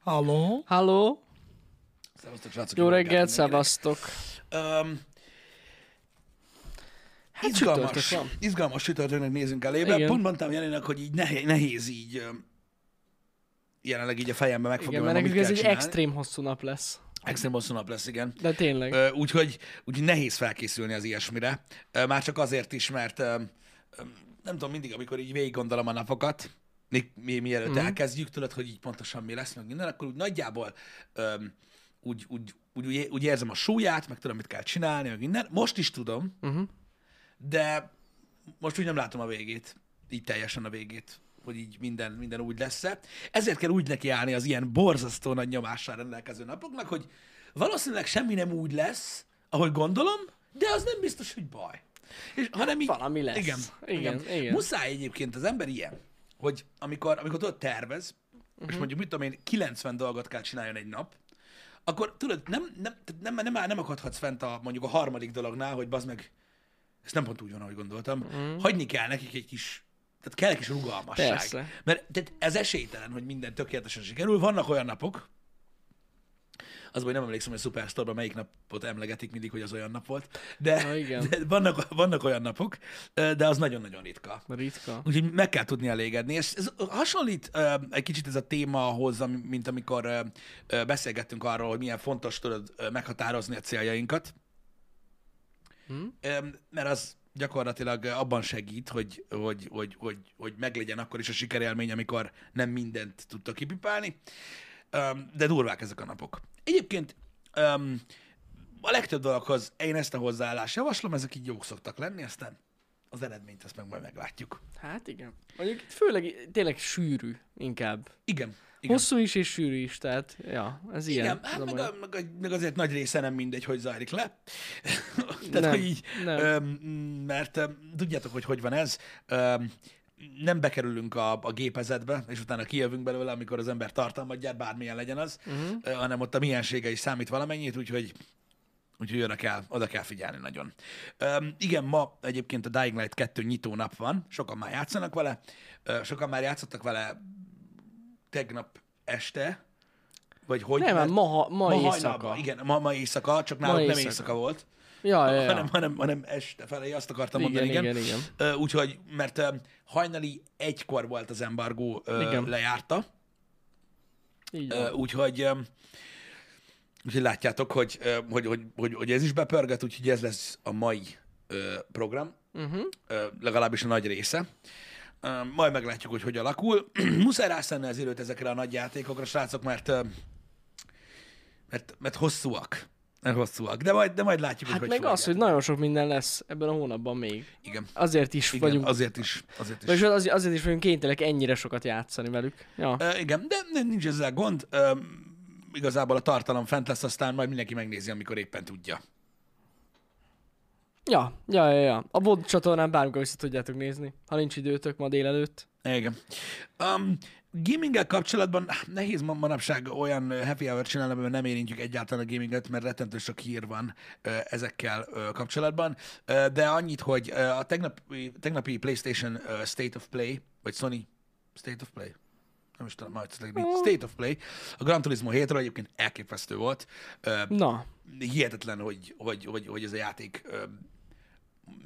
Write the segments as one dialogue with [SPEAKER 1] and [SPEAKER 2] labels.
[SPEAKER 1] Halló?
[SPEAKER 2] Halló,
[SPEAKER 3] Szevasztok, srácok.
[SPEAKER 2] jó reggelt, szevasztok.
[SPEAKER 3] Um, hát
[SPEAKER 2] csütörtök
[SPEAKER 3] izgalmas,
[SPEAKER 2] van.
[SPEAKER 3] izgalmas csütörtöknek nézünk elébe.
[SPEAKER 2] Igen.
[SPEAKER 3] Pont mondtam Jelinek, hogy így nehéz, nehéz így öm, jelenleg így a fejembe megfogni,
[SPEAKER 2] Igen, mert
[SPEAKER 3] hogy ma
[SPEAKER 2] nekünk
[SPEAKER 3] mit
[SPEAKER 2] ez
[SPEAKER 3] kell
[SPEAKER 2] egy
[SPEAKER 3] csinálni.
[SPEAKER 2] extrém hosszú nap lesz.
[SPEAKER 3] extrém hosszú nap lesz, igen.
[SPEAKER 2] De tényleg.
[SPEAKER 3] Ö, Úgyhogy úgy nehéz felkészülni az ilyesmire. Ö, Már csak azért is, mert öm, öm, nem tudom, mindig, amikor így végig gondolom a napokat, mi, mi, mielőtt mm. elkezdjük, tudod, hogy így pontosan mi lesz, meg minden, akkor úgy nagyjából öm, úgy, úgy, úgy, úgy, úgy érzem a súlyát, meg tudom, mit kell csinálni, meg minden. Most is tudom,
[SPEAKER 2] Mhm.
[SPEAKER 3] de most úgy nem látom a végét, így teljesen a végét, hogy így minden, minden úgy lesz-e. Ezért kell úgy nekiállni az ilyen borzasztó nagy nyomással rendelkező napoknak, hogy valószínűleg semmi nem úgy lesz, ahogy gondolom, de az nem biztos, hogy baj. És, hanem így,
[SPEAKER 2] Valami lesz.
[SPEAKER 3] Igen,
[SPEAKER 2] Igen,
[SPEAKER 3] igen,
[SPEAKER 2] igen.
[SPEAKER 3] igen. Muszáj egyébként az ember ilyen, hogy amikor, amikor tudod, tervez, uh-huh. és mondjuk, mit tudom én, 90 dolgot kell csináljon egy nap, akkor tudod, nem, nem, tehát nem, nem, nem, nem akadhatsz fent a, mondjuk a harmadik dolognál, hogy bazd meg, ez nem pont úgy van, ahogy gondoltam,
[SPEAKER 2] Mhm.
[SPEAKER 3] mm. hagyni kell nekik egy kis, tehát kell egy kis rugalmasság.
[SPEAKER 2] Persze.
[SPEAKER 3] Mert tehát ez esélytelen, hogy minden tökéletesen sikerül. Vannak olyan napok, az hogy nem emlékszem, hogy a Superstore-ban melyik napot emlegetik mindig, hogy az olyan nap volt, de,
[SPEAKER 2] Na, igen.
[SPEAKER 3] de vannak, vannak olyan napok, ö, de az nagyon-nagyon ritka.
[SPEAKER 2] Ritka.
[SPEAKER 3] Úgyhogy meg kell tudni elégedni. És ez hasonlít ö, egy kicsit ez a téma ahhoz, ami- mint amikor ö, ö, beszélgettünk arról, hogy milyen fontos tudod ö, meghatározni a céljainkat. Ö, mert az gyakorlatilag abban segít, hogy, hogy, hogy, hogy, hogy meglegyen akkor is a sikerélmény, amikor nem mindent tudta kipipálni. Ö, de durvák ezek a napok. Egyébként ö, a legtöbb dologhoz én ezt a hozzáállást javaslom, ezek így jók szoktak lenni, aztán az eredményt azt meg majd meglátjuk.
[SPEAKER 2] Hát igen. Mondjuk itt főleg tényleg sűrű inkább.
[SPEAKER 3] Igen. Igen.
[SPEAKER 2] Hosszú is és sűrű is, tehát ja, ez ilyen.
[SPEAKER 3] Igen,
[SPEAKER 2] ez
[SPEAKER 3] hát
[SPEAKER 2] a
[SPEAKER 3] meg,
[SPEAKER 2] baj.
[SPEAKER 3] a, meg, a, meg azért nagy része nem mindegy, hogy zajlik le. Tehát,
[SPEAKER 2] Nem,
[SPEAKER 3] hogy így,
[SPEAKER 2] nem.
[SPEAKER 3] öm, mm, mert öm, tudjátok, hogy hogy van ez. Öm, nem bekerülünk a, a gépezetbe, és utána kijövünk belőle, amikor az ember tartalmat gyár, bármilyen legyen az,
[SPEAKER 2] Mhm.
[SPEAKER 3] uh-huh. ö, hanem ott a miensége is számít valamennyit, úgyhogy Úgyhogy oda kell, oda kell figyelni nagyon. Öm, igen, ma egyébként a Dying Light 2 nyitó nap van, sokan már játszanak vele, ö, sokan már játszottak vele tegnap este, vagy hogy?
[SPEAKER 2] Nem,
[SPEAKER 3] mert-
[SPEAKER 2] mert ma, ma, ma éjszaka.
[SPEAKER 3] hajnalban, Igen, ma, ma éjszaka, csak nálunk nem
[SPEAKER 2] éjszaka.
[SPEAKER 3] éjszaka volt,
[SPEAKER 2] Ja, ja, ja.
[SPEAKER 3] hanem, hanem, hanem este felé, azt akartam
[SPEAKER 2] Igen,
[SPEAKER 3] mondani, igen.
[SPEAKER 2] igen, igen.
[SPEAKER 3] Ö, Úgyhogy, mert ö, hajnali egykor volt az embargó ö,
[SPEAKER 2] Igen.
[SPEAKER 3] lejárta,
[SPEAKER 2] Így
[SPEAKER 3] Ö,
[SPEAKER 2] van.
[SPEAKER 3] úgyhogy, ö, úgyhogy látjátok, hogy, ö, hogy, hogy, hogy, hogy ez is bepörget, úgyhogy ez lesz a mai ö, program,
[SPEAKER 2] Mhm.
[SPEAKER 3] uh-huh. legalábbis a nagy része. Ö, Majd meglátjuk, hogy hogy alakul. Muszáj rászállni az időt ezekre a nagy játékokra, srácok, mert, ö, mert, mert hosszúak. Mert hosszúak. De majd, de majd látjuk,
[SPEAKER 2] Hát
[SPEAKER 3] hogy
[SPEAKER 2] meg
[SPEAKER 3] fogják.
[SPEAKER 2] az, hogy nagyon sok minden lesz ebben a hónapban még.
[SPEAKER 3] Igen.
[SPEAKER 2] Azért is
[SPEAKER 3] Igen,
[SPEAKER 2] vagyunk.
[SPEAKER 3] azért is. Azért is.
[SPEAKER 2] Vagyis az, azért is vagyunk kénytelenek ennyire sokat játszani velük. Ja.
[SPEAKER 3] Ö, igen, de n- nincs ezzel gond. Ö, igazából a tartalom fent lesz, aztán majd mindenki megnézi, amikor éppen tudja.
[SPEAKER 2] Ja, ja, ja, ja. A VOD csatornán bármikor vissza tudjátok nézni, ha nincs időtök ma délelőtt.
[SPEAKER 3] Igen. Um, gaminggel kapcsolatban hát nehéz ma- manapság olyan ö, happy hour csinálni, amiben nem érintjük egyáltalán a gaminget, mert rettentő sok hír van ö, ezekkel ö, kapcsolatban. Ö, de annyit, hogy ö, a tegnapi, tegnapi PlayStation ö, State of Play, vagy Sony State of Play, nem is tudom, majd State of Play, a Gran Turismo 7-ről egyébként elképesztő volt. Ö,
[SPEAKER 2] Na,
[SPEAKER 3] hihetetlen, hogy, hogy, hogy, hogy ez a játék ö,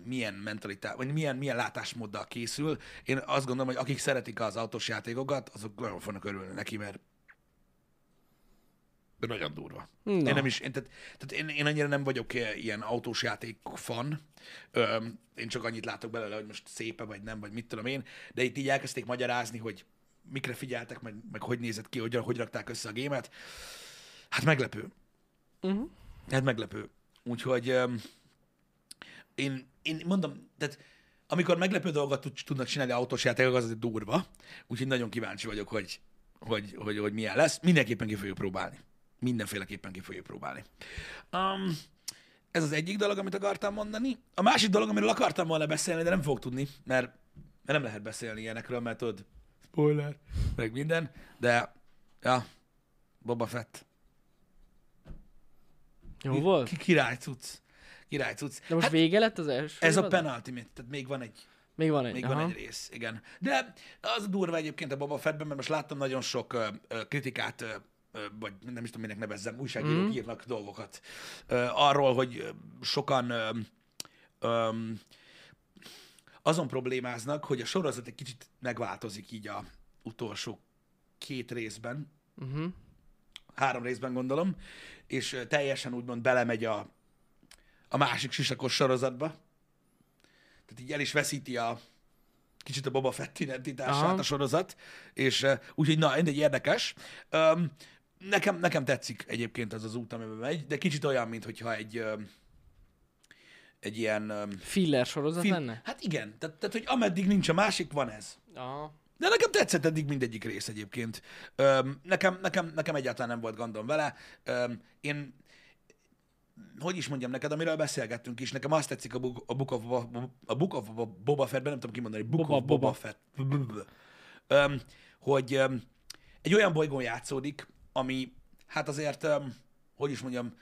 [SPEAKER 3] milyen mentalitás, vagy milyen, milyen látásmóddal készül. Én azt gondolom, hogy akik szeretik az autós játékokat, azok nagyon fognak örülni neki, mert de nagyon durva.
[SPEAKER 2] Na.
[SPEAKER 3] Én nem is, én, tehát, tehát én, én annyira nem vagyok eh, ilyen autós játék fan. Öm, én csak annyit látok belőle, hogy most szépe vagy nem, vagy mit tudom én, de itt így elkezdték magyarázni, hogy mikre figyeltek, meg, meg hogy nézett ki, hogy, hogy rakták össze a gémet. Hát meglepő.
[SPEAKER 2] Mhm.
[SPEAKER 3] Hát meglepő. Úgyhogy öm, én, én mondom, tehát amikor meglepő dolgokat tud, tudnak csinálni autós játékok, az azért durva. Úgyhogy nagyon kíváncsi vagyok, hogy, hogy, hogy, hogy milyen lesz. Mindenképpen ki fogjuk próbálni. Mindenféleképpen ki fogjuk próbálni. Um, ez az egyik dolog, amit akartam mondani. A másik dolog, amiről akartam volna beszélni, de nem fogok tudni, mert, mert nem lehet beszélni ilyenekről, mert tudod, spoiler, meg minden, de ja, Boba Fett.
[SPEAKER 2] jó volt?
[SPEAKER 3] Ki, király cucc. Király cucc.
[SPEAKER 2] De most
[SPEAKER 3] hát,
[SPEAKER 2] vége lett az első?
[SPEAKER 3] ez a
[SPEAKER 2] évad?
[SPEAKER 3] penultimate, tehát még van egy,
[SPEAKER 2] Még van egy.
[SPEAKER 3] még
[SPEAKER 2] aha.
[SPEAKER 3] van egy rész, igen. De az a durva egyébként a Boba Fettben, mert most láttam nagyon sok ö, ö, kritikát ö, ö, vagy nem is tudom, minek nevezzem, újságírók mm. írnak dolgokat ö, arról, hogy ö, sokan ö, ö, azon problémáznak, hogy a sorozat egy kicsit megváltozik így a utolsó két részben,
[SPEAKER 2] Uh-huh.
[SPEAKER 3] három részben gondolom, és ö, teljesen úgymond belemegy a, a másik sisakos sorozatba. Tehát így el is veszíti a kicsit a Boba Fett identitását
[SPEAKER 2] Aha.
[SPEAKER 3] a sorozat, és ö, úgyhogy na, mindegy érdekes. Öm, nekem, nekem tetszik egyébként az az út, amiben megy, de kicsit olyan, mintha egy öm, egy ilyen... öm,
[SPEAKER 2] Filler sorozat
[SPEAKER 3] film-
[SPEAKER 2] lenne?
[SPEAKER 3] Hát igen, tehát, tehát, hogy ameddig nincs a másik, van ez.
[SPEAKER 2] Aha.
[SPEAKER 3] De nekem tetszett eddig mindegyik rész egyébként. Öm, nekem, nekem, nekem egyáltalán nem volt gondom vele. Öm, én, hogy is mondjam neked, amiről beszélgettünk is, nekem azt tetszik a Book, a book, of, Bo- a book of Bo- Boba Fettben, nem tudom kimondani, Book
[SPEAKER 2] Boba-
[SPEAKER 3] of Boba
[SPEAKER 2] Boba.
[SPEAKER 3] Fett, öm, hogy öm, egy olyan bolygón játszódik, ami hát azért, öm, hogy is mondjam,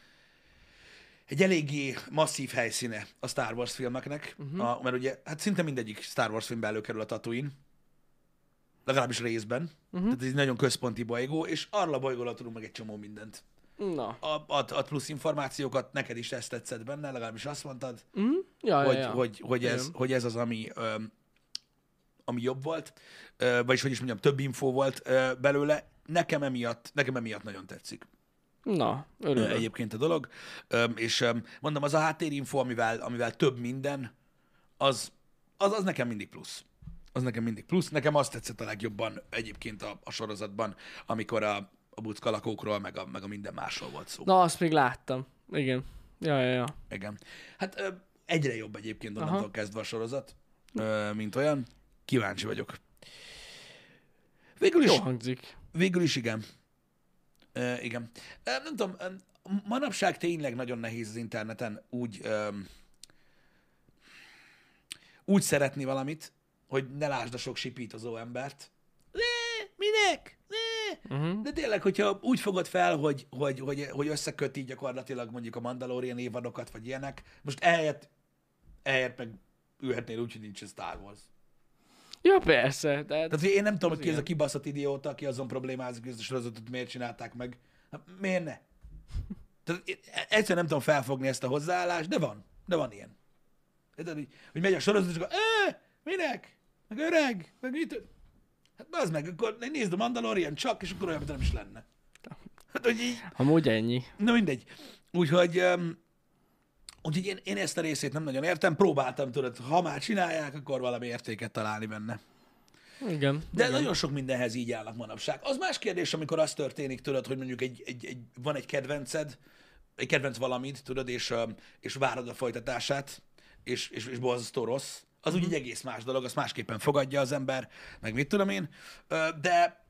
[SPEAKER 3] egy eléggé masszív helyszíne a Star Wars filmeknek,
[SPEAKER 2] Mhm.
[SPEAKER 3] uh-huh. a, mert ugye hát szinte mindegyik Star Wars filmbe előkerül a Tatooine, legalábbis részben,
[SPEAKER 2] Mhm.
[SPEAKER 3] uh-huh. tehát ez egy nagyon központi bolygó, és arra a bolygóra tudunk meg egy csomó mindent
[SPEAKER 2] Na.
[SPEAKER 3] ad, ad, ad plusz információkat, neked is ezt tetszett benne, legalábbis azt mondtad,
[SPEAKER 2] Mm? Ja,
[SPEAKER 3] hogy,
[SPEAKER 2] ja, ja.
[SPEAKER 3] hogy, hogy, ez,
[SPEAKER 2] Igen.
[SPEAKER 3] hogy ez az, ami, öm, ami jobb volt, ö, vagyis hogy is mondjam, több info volt ö, belőle. Nekem emiatt, nekem emiatt nagyon tetszik
[SPEAKER 2] Na, örülök.
[SPEAKER 3] ö, egyébként a dolog, Öm, és öm, mondom, az a háttérinfo, amivel, amivel több minden, az, az, az nekem mindig plusz. Az nekem mindig plusz. Nekem azt tetszett a legjobban egyébként a, a sorozatban, amikor a, a buckalakókról, meg a, meg a minden másról volt szó.
[SPEAKER 2] Na, azt még láttam. Igen. Ja, ja, ja.
[SPEAKER 3] Igen. Hát ö, egyre jobb egyébként onnantól Aha. kezdve a sorozat, ö, mint olyan. Kíváncsi vagyok. Végül is,
[SPEAKER 2] Jó hangzik.
[SPEAKER 3] végül is igen. Ö, igen. Ö, nem tudom, ö, manapság tényleg nagyon nehéz az interneten úgy, ö, úgy szeretni valamit, hogy ne lásd a sok sipítozó embert. Ne, minek? Ne.
[SPEAKER 2] Uh-huh.
[SPEAKER 3] De tényleg, hogyha úgy fogod fel, hogy, hogy, hogy, hogy összeköti gyakorlatilag mondjuk a Mandalorian évadokat, vagy ilyenek, most ehelyett, ehelyett meg ülhetnél úgy, hogy nincs Star Wars.
[SPEAKER 2] Ja, persze, de
[SPEAKER 3] Tehát hogy én nem tudom, hogy ki ez a
[SPEAKER 2] igen.
[SPEAKER 3] kibaszott idióta, aki azon problémázik, hogy ezt a sorozatot miért csinálták meg. Hát miért ne? Tehát én egyszerűen nem tudom felfogni ezt a hozzáállást, de van. De van ilyen. Érted, hogy, hogy megy a sorozat, és akkor, "Ö, minek? Meg öreg? Meg mit? Hát az meg, akkor nézd a Mandalorian csak, és akkor olyan, mint nem is lenne. Hát, hogy így,
[SPEAKER 2] amúgy ennyi.
[SPEAKER 3] Na mindegy. Úgyhogy, um, úgyhogy én, én ezt a részét nem nagyon értem, próbáltam, tudod, ha már csinálják, akkor valami értéket találni benne.
[SPEAKER 2] Igen.
[SPEAKER 3] De
[SPEAKER 2] igen.
[SPEAKER 3] Igen. nagyon sok mindenhez így állnak manapság. Az más kérdés, amikor az történik, tudod, hogy mondjuk egy, egy, egy, van egy kedvenced, egy kedvenc valamit, tudod, és, öm, és várod a folytatását, és, és, és borzasztó rossz, az
[SPEAKER 2] Mhm.
[SPEAKER 3] úgy egy egész más dolog, azt másképpen fogadja az ember, meg mit tudom én, Ö, de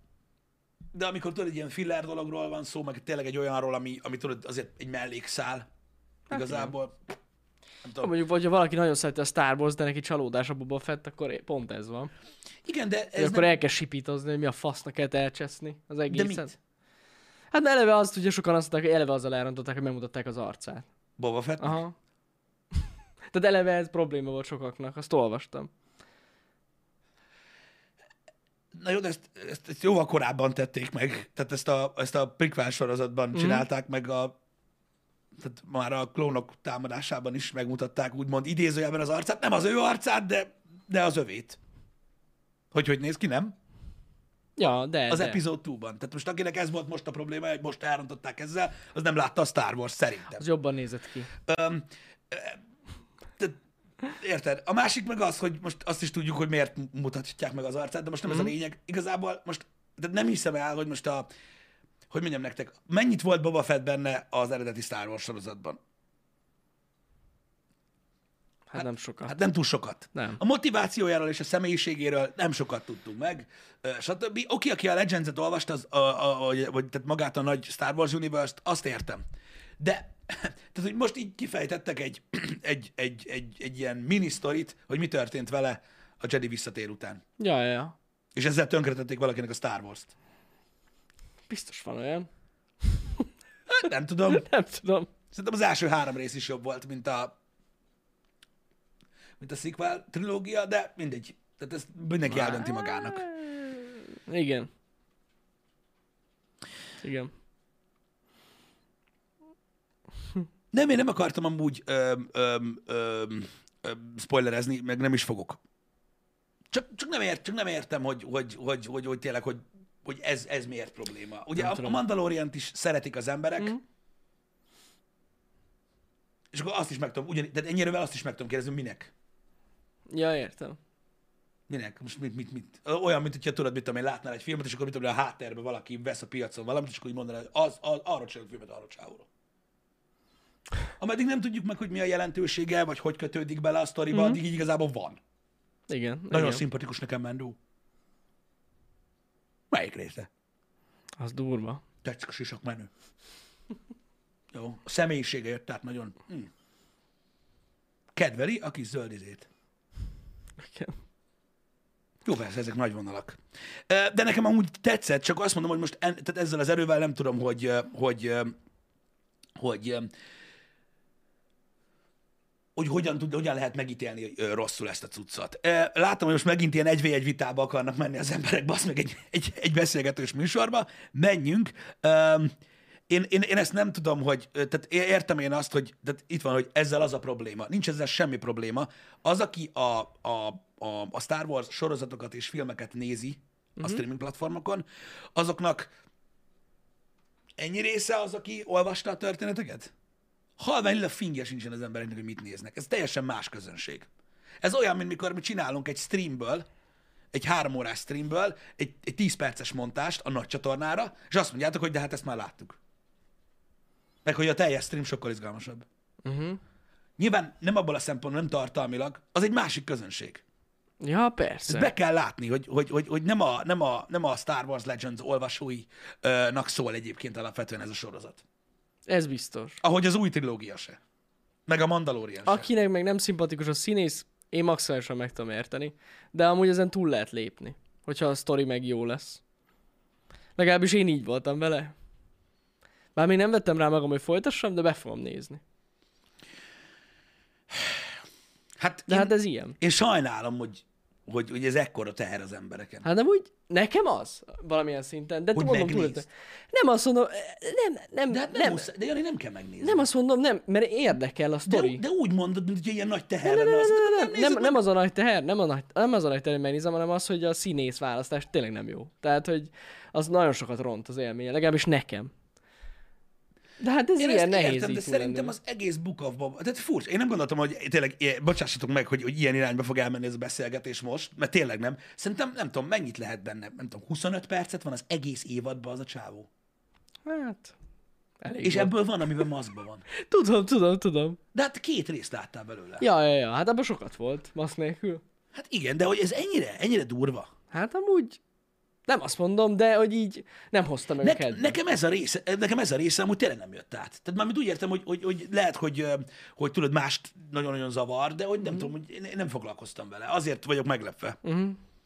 [SPEAKER 3] de amikor tudod, egy ilyen filler dologról van szó, meg tényleg egy olyanról, ami, ami tudod, azért egy mellékszál hát igazából. Nem
[SPEAKER 2] Ha
[SPEAKER 3] tudom.
[SPEAKER 2] Mondjuk, vagy ha valaki nagyon szereti a Star Wars, de neki csalódás a Boba Fett, akkor é- pont ez van.
[SPEAKER 3] Igen, de
[SPEAKER 2] Ez
[SPEAKER 3] ez
[SPEAKER 2] akkor e-
[SPEAKER 3] nem...
[SPEAKER 2] nem... el kell sipítozni, hogy mi a fasznak kell elcseszni az
[SPEAKER 3] De
[SPEAKER 2] egészet.
[SPEAKER 3] mit?
[SPEAKER 2] Hát mert eleve azt ugye sokan azt mondták, hogy eleve azzal elrontották, hogy megmutatták az arcát.
[SPEAKER 3] Boba Fett?
[SPEAKER 2] Aha. Tehát eleve ez probléma volt sokaknak, azt olvastam.
[SPEAKER 3] Na jó, de ezt, ezt, ezt jóval korábban tették meg. Tehát ezt a, ezt a prikván sorozatban mm. csinálták meg a tehát már a klónok támadásában is megmutatták úgymond idézőjelben az arcát. Nem az ő arcát, de, de az övét. Hogy hogy néz ki, nem?
[SPEAKER 2] Ja, de
[SPEAKER 3] Az
[SPEAKER 2] de.
[SPEAKER 3] epizód 2-ban. Tehát most akinek ez volt most a probléma, hogy most elrontották ezzel, az nem látta a Star Wars szerintem.
[SPEAKER 2] Az jobban nézett ki. Hát
[SPEAKER 3] Te- Érted? A másik meg az, hogy most azt is tudjuk, hogy miért mutatják meg az arcát, de most nem mm. ez a lényeg. Igazából most de nem hiszem el, hogy most a... Hogy mondjam nektek, mennyit volt Boba Fett benne az eredeti Star Wars sorozatban?
[SPEAKER 2] Hát, nem sokat.
[SPEAKER 3] Hát
[SPEAKER 2] Hát...
[SPEAKER 3] nem túl sokat.
[SPEAKER 2] Nem.
[SPEAKER 3] A motivációjáról és a személyiségéről nem sokat tudtunk meg, ö, stb. Oké, aki a Legends-et olvasta, az, a, a, a, vagy tehát magát a nagy Star Wars Universe-t, azt értem. De tehát, hogy most így kifejtettek egy, egy, egy, egy, egy ilyen minisztorit, hogy mi történt vele a Jedi visszatér után.
[SPEAKER 2] Ja, ja, ja.
[SPEAKER 3] És ezzel tönkretették valakinek a Star Wars-t.
[SPEAKER 2] Biztos van olyan.
[SPEAKER 3] Hát, Nem tudom.
[SPEAKER 2] Nem tudom.
[SPEAKER 3] Szerintem az első három rész is jobb volt, mint a mint a sequel trilógia, de mindegy. Tehát ezt mindenki eldönti magának.
[SPEAKER 2] Igen. Igen.
[SPEAKER 3] Nem, én nem akartam amúgy öm, öm, öm, öm, spoilerezni, meg nem is fogok. Csak, csak, nem, ért, csak nem értem, hogy, hogy, hogy, hogy, hogy tényleg, hogy, hogy ez, ez miért probléma. Ugye
[SPEAKER 2] Nem
[SPEAKER 3] a, a
[SPEAKER 2] tudom.
[SPEAKER 3] Mandalorient is szeretik az emberek, mm. és akkor azt is meg tudom, ugyan, tehát ennyire azt is meg tudom kérdezni, minek?
[SPEAKER 2] Ja, értem.
[SPEAKER 3] Minek? Most mit, mit, mit? Ö, Olyan, mint hogyha tudod, mit tudom én, látnál egy filmet, és akkor mit tudom én, a háttérben valaki vesz a piacon valamit, és akkor így mondaná, hogy az, az, arra csinálok filmet, arra csávóra. Ameddig nem tudjuk meg, hogy mi a jelentősége, vagy hogy kötődik bele a sztoriba, mm-hmm. addig így igazából van.
[SPEAKER 2] Igen.
[SPEAKER 3] Nagyon
[SPEAKER 2] igen.
[SPEAKER 3] szimpatikus nekem Mendó. Melyik része?
[SPEAKER 2] Az durva.
[SPEAKER 3] Tetszik a sisak menő. Jó. A személyisége jött, tehát nagyon... Hm. Kedveli a kis zöldizét.
[SPEAKER 2] Igen.
[SPEAKER 3] Jó, persze, ezek nagy vonalak. Ö, De nekem amúgy tetszett, csak azt mondom, hogy most en, tehát ezzel az erővel nem tudom, hogy, ö, hogy, ö, hogy, ö, hogy hogyan, tud, hogyan lehet megítélni ö, rosszul ezt a cuccot. Ö, Látom, hogy most megint ilyen egy v egy vitába akarnak menni az emberek, basz meg egy, egy, egy beszélgetős műsorba. Menjünk. Ö, Én, én, én, ezt nem tudom, hogy, ö, tehát é- értem én azt, hogy tehát itt van, hogy ezzel az a probléma. Nincs ezzel semmi probléma. Az, aki a, a, a, a Star Wars sorozatokat és filmeket nézi a streaming platformokon, azoknak ennyi része az, aki olvasta a történeteket? Halvány a fingja sincsen az embereknek, hogy mit néznek. Ez teljesen más közönség. Ez olyan, mint mikor mi csinálunk egy streamből, egy három órás streamből egy, egy 10 perces montást a nagy csatornára, és azt mondjátok, hogy de hát ezt már láttuk. Meg hogy a teljes stream sokkal izgalmasabb. Uh-huh. Nyilván nem abból a szempontból, nem tartalmilag, az egy másik közönség.
[SPEAKER 2] Ja, persze.
[SPEAKER 3] Ezt be kell látni, hogy, hogy, hogy, hogy nem, a, nem, a, nem a Star Wars Legends olvasóinak szól egyébként alapvetően ez a sorozat.
[SPEAKER 2] Ez biztos.
[SPEAKER 3] Ahogy az új trilógia se. Meg a Mandalorian se.
[SPEAKER 2] Akinek meg nem szimpatikus a színész, én maximálisan meg tudom érteni, de amúgy ezen túl lehet lépni, hogyha a sztori meg jó lesz. Legalábbis én így voltam vele. Bár még nem vettem rá magam, hogy folytassam, de be fogom nézni.
[SPEAKER 3] Hát,
[SPEAKER 2] De
[SPEAKER 3] én,
[SPEAKER 2] hát ez ilyen.
[SPEAKER 3] én sajnálom, hogy, hogy, hogy ez ekkora teher az embereken.
[SPEAKER 2] Hát nem úgy, nekem az, valamilyen szinten, de
[SPEAKER 3] Hogy
[SPEAKER 2] mondom túl.
[SPEAKER 3] megnézd.
[SPEAKER 2] Nem azt mondom, eh, nem, nem,
[SPEAKER 3] de hát
[SPEAKER 2] nem,
[SPEAKER 3] nem, nem.
[SPEAKER 2] nem,
[SPEAKER 3] Muszáj, de Jani nem kell megnézni.
[SPEAKER 2] nem azt mondom, nem, mert érdekel a
[SPEAKER 3] de,
[SPEAKER 2] sztori.
[SPEAKER 3] de, úgy mondod, mint hogy ilyen nagy teher
[SPEAKER 2] Ne,
[SPEAKER 3] lenne.
[SPEAKER 2] ne,
[SPEAKER 3] azt mondod,
[SPEAKER 2] ne, ne, ne,
[SPEAKER 3] nézed
[SPEAKER 2] nem, nem az a nagy teher, nem, a nagy, nem az a nagy teher, hogy megnézem, hanem az, hogy a színész választás tényleg nem jó. Tehát, hogy az nagyon sokat ront az élménye, legalábbis nekem. De hát ez
[SPEAKER 3] Én
[SPEAKER 2] ilyen
[SPEAKER 3] ezt
[SPEAKER 2] nehéz
[SPEAKER 3] értem,
[SPEAKER 2] így
[SPEAKER 3] de
[SPEAKER 2] túlélni.
[SPEAKER 3] szerintem az egész bukavban, tehát furcsa. Én nem gondoltam, hogy tényleg, eh, bocsássatok meg, hogy, hogy ilyen irányba fog elmenni ez a beszélgetés most, mert tényleg nem. Szerintem nem tudom, mennyit lehet benne, nem tudom, 25 percet van az egész évadban az a csávó.
[SPEAKER 2] Hát, elég
[SPEAKER 3] És
[SPEAKER 2] volt.
[SPEAKER 3] ebből van, amiben maszkban van.
[SPEAKER 2] Tudom, tudom, tudom.
[SPEAKER 3] De hát két részt láttál belőle.
[SPEAKER 2] Ja, ja, ja, hát abban sokat volt, masz nélkül.
[SPEAKER 3] Hát igen, de hogy ez ennyire, ennyire durva.
[SPEAKER 2] Hát amúgy, nem azt mondom, de hogy így nem hozta meg a
[SPEAKER 3] Ne,
[SPEAKER 2] kedvem.
[SPEAKER 3] nekem, ez a része, nekem ez a része amúgy tényleg nem jött át. Tehát mármint úgy értem, hogy, hogy, hogy lehet, hogy, ö, hogy tudod, mást nagyon-nagyon zavar, de hogy
[SPEAKER 2] Mhm.
[SPEAKER 3] nem tudom, hogy én nem foglalkoztam vele. Azért vagyok meglepve.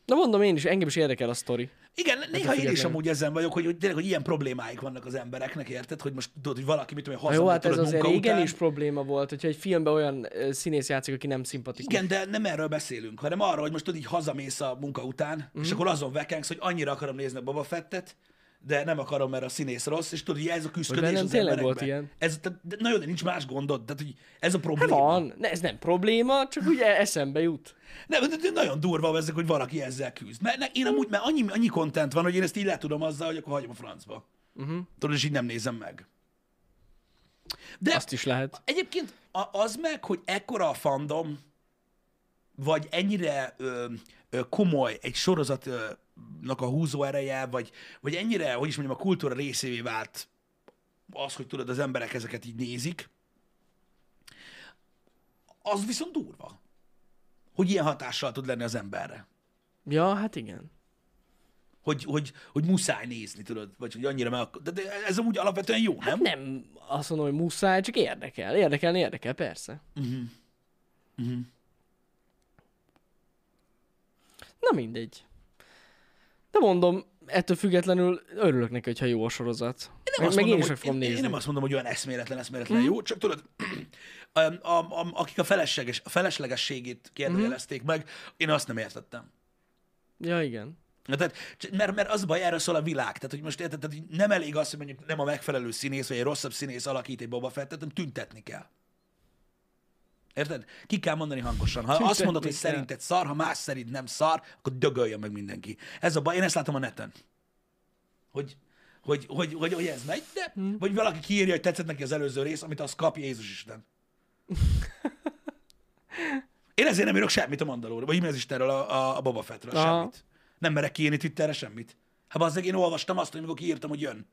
[SPEAKER 2] Na mondom én is, engem is érdekel a sztori.
[SPEAKER 3] Igen,
[SPEAKER 2] Hát
[SPEAKER 3] néha én is
[SPEAKER 2] függetlenül.
[SPEAKER 3] amúgy ezen vagyok, hogy, hogy tényleg, hogy ilyen problémáik vannak az embereknek, érted? Hogy most tudod, hogy valaki, mit tudom, hogy
[SPEAKER 2] Na jó, hát
[SPEAKER 3] hazamegy
[SPEAKER 2] ez
[SPEAKER 3] tudod
[SPEAKER 2] azért
[SPEAKER 3] munka
[SPEAKER 2] régen
[SPEAKER 3] után.
[SPEAKER 2] is probléma volt, hogyha egy filmben olyan ö, színész játszik, aki nem szimpatikus.
[SPEAKER 3] Igen, de nem erről beszélünk, hanem arról, hogy most tudod, így hazamész a munka után, mm-hmm.
[SPEAKER 2] Mhm.
[SPEAKER 3] és akkor azon vekengsz, hogy annyira akarom nézni a Boba Fettet, de nem akarom, mert a színész rossz, és tudod, így ez a küzdködés
[SPEAKER 2] bennem
[SPEAKER 3] az
[SPEAKER 2] tényleg
[SPEAKER 3] emberekben.
[SPEAKER 2] volt ilyen.
[SPEAKER 3] Ez, tehát, de, na jó, de nincs más gondod, tehát hogy ez a
[SPEAKER 2] Hát
[SPEAKER 3] probléma.
[SPEAKER 2] van, ne, ez nem probléma, csak ugye eszembe jut.
[SPEAKER 3] Nem, de- de nagyon durva ezek, hogy valaki ezzel küzd. Mert ne, én amúgy, mert annyi, annyi content van, hogy én ezt így le tudom azzal, hogy akkor hagyom a francba.
[SPEAKER 2] Mhm.
[SPEAKER 3] Uh-huh. Tudod, és így nem nézem meg. De
[SPEAKER 2] Azt is lehet.
[SPEAKER 3] Egyébként a- az meg, hogy ekkora a fandom, vagy ennyire ö, ö, komoly egy sorozatnak a húzó ereje, vagy, vagy ennyire, hogy is mondjam, a kultúra részévé vált az, hogy tudod, az emberek ezeket így nézik, az viszont durva, hogy ilyen hatással tud lenni az emberre.
[SPEAKER 2] Ja, hát igen.
[SPEAKER 3] Hogy, hogy, hogy muszáj nézni, tudod, vagy hogy annyira meg... ak- De- De ez amúgy alapvetően jó, nem?
[SPEAKER 2] Hát Nem azt mondom, hogy muszáj, csak érdekel. Érdekelni érdekel, persze. Uh-huh.
[SPEAKER 3] Mhm.
[SPEAKER 2] Uh-huh. Na mindegy. De mondom, ettől függetlenül örülök neki, hogyha jó a sorozat.
[SPEAKER 3] Nem
[SPEAKER 2] meg
[SPEAKER 3] azt
[SPEAKER 2] meg én
[SPEAKER 3] mondom,
[SPEAKER 2] is meg
[SPEAKER 3] hogy,
[SPEAKER 2] fogom
[SPEAKER 3] én,
[SPEAKER 2] nézni.
[SPEAKER 3] én nem azt mondom, hogy olyan eszméletlen, eszméletlen mm. jó, csak tudod, a, a, a, akik a, felesleges, a feleslegességét kérdőjelezték mm. meg, én azt nem értettem.
[SPEAKER 2] Ja, igen.
[SPEAKER 3] Na, Tehát, c- mert, mert az baj, erről szól a világ. Tehát, hogy most érted, tehát, hogy nem elég az, hogy mondjuk nem a megfelelő színész, vagy egy rosszabb színész alakít egy Boba Fettet, hanem tüntetni kell. Érted? Ki kell mondani hangosan. Ha azt
[SPEAKER 2] Tüntetni
[SPEAKER 3] mondod, hogy
[SPEAKER 2] kell.
[SPEAKER 3] szerinted szar, ha más szerint nem szar, akkor dögöljön meg mindenki. Ez a baj, én ezt látom a neten. Hogy, hogy, hogy, hogy, hogy ez megy, de,
[SPEAKER 2] Hm.
[SPEAKER 3] vagy valaki kiírja, hogy tetszett neki az előző rész, amit az kap Jézus Isten. Én ezért nem írok semmit a Mandalóra, vagy mi az Istenről, a, a, a Boba Fettről,
[SPEAKER 2] Aha.
[SPEAKER 3] semmit. Nem merek kiírni Twitterre semmit. Hát az én olvastam azt, hogy amikor kiírtam, hogy jön.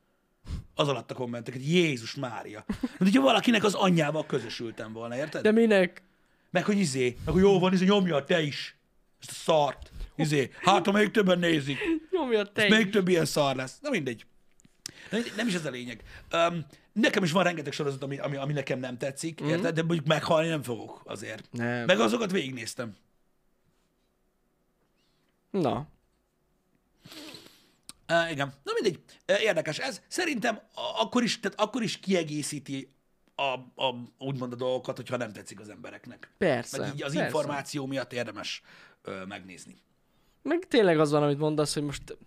[SPEAKER 3] Az alatt a kommenteket. Jézus Mária. De hogyha valakinek az anyjával közösültem volna, érted?
[SPEAKER 2] De minek?
[SPEAKER 3] Meg hogy izé, meg hogy jó van, izé, nyomja te is. Ezt a szart. Izé, hát ha még többen nézik,
[SPEAKER 2] Nyomja te
[SPEAKER 3] még
[SPEAKER 2] is.
[SPEAKER 3] több ilyen szar lesz. Na mindegy. Na mindegy, Nem is ez a lényeg. Um, nekem is van rengeteg sorozat, ami, ami, ami nekem nem tetszik, mm. érted? De mondjuk meghalni nem fogok azért.
[SPEAKER 2] Mhm. Nem.
[SPEAKER 3] Meg azokat végignéztem.
[SPEAKER 2] Na.
[SPEAKER 3] Uh, igen. Na mindegy, uh, érdekes ez. Szerintem a- akkor is, tehát akkor is kiegészíti a, a, úgymond a dolgokat, hogyha nem tetszik az embereknek.
[SPEAKER 2] Persze.
[SPEAKER 3] Meg így az
[SPEAKER 2] persze.
[SPEAKER 3] információ miatt érdemes ö, megnézni.
[SPEAKER 2] Meg tényleg az van, amit mondasz, hogy most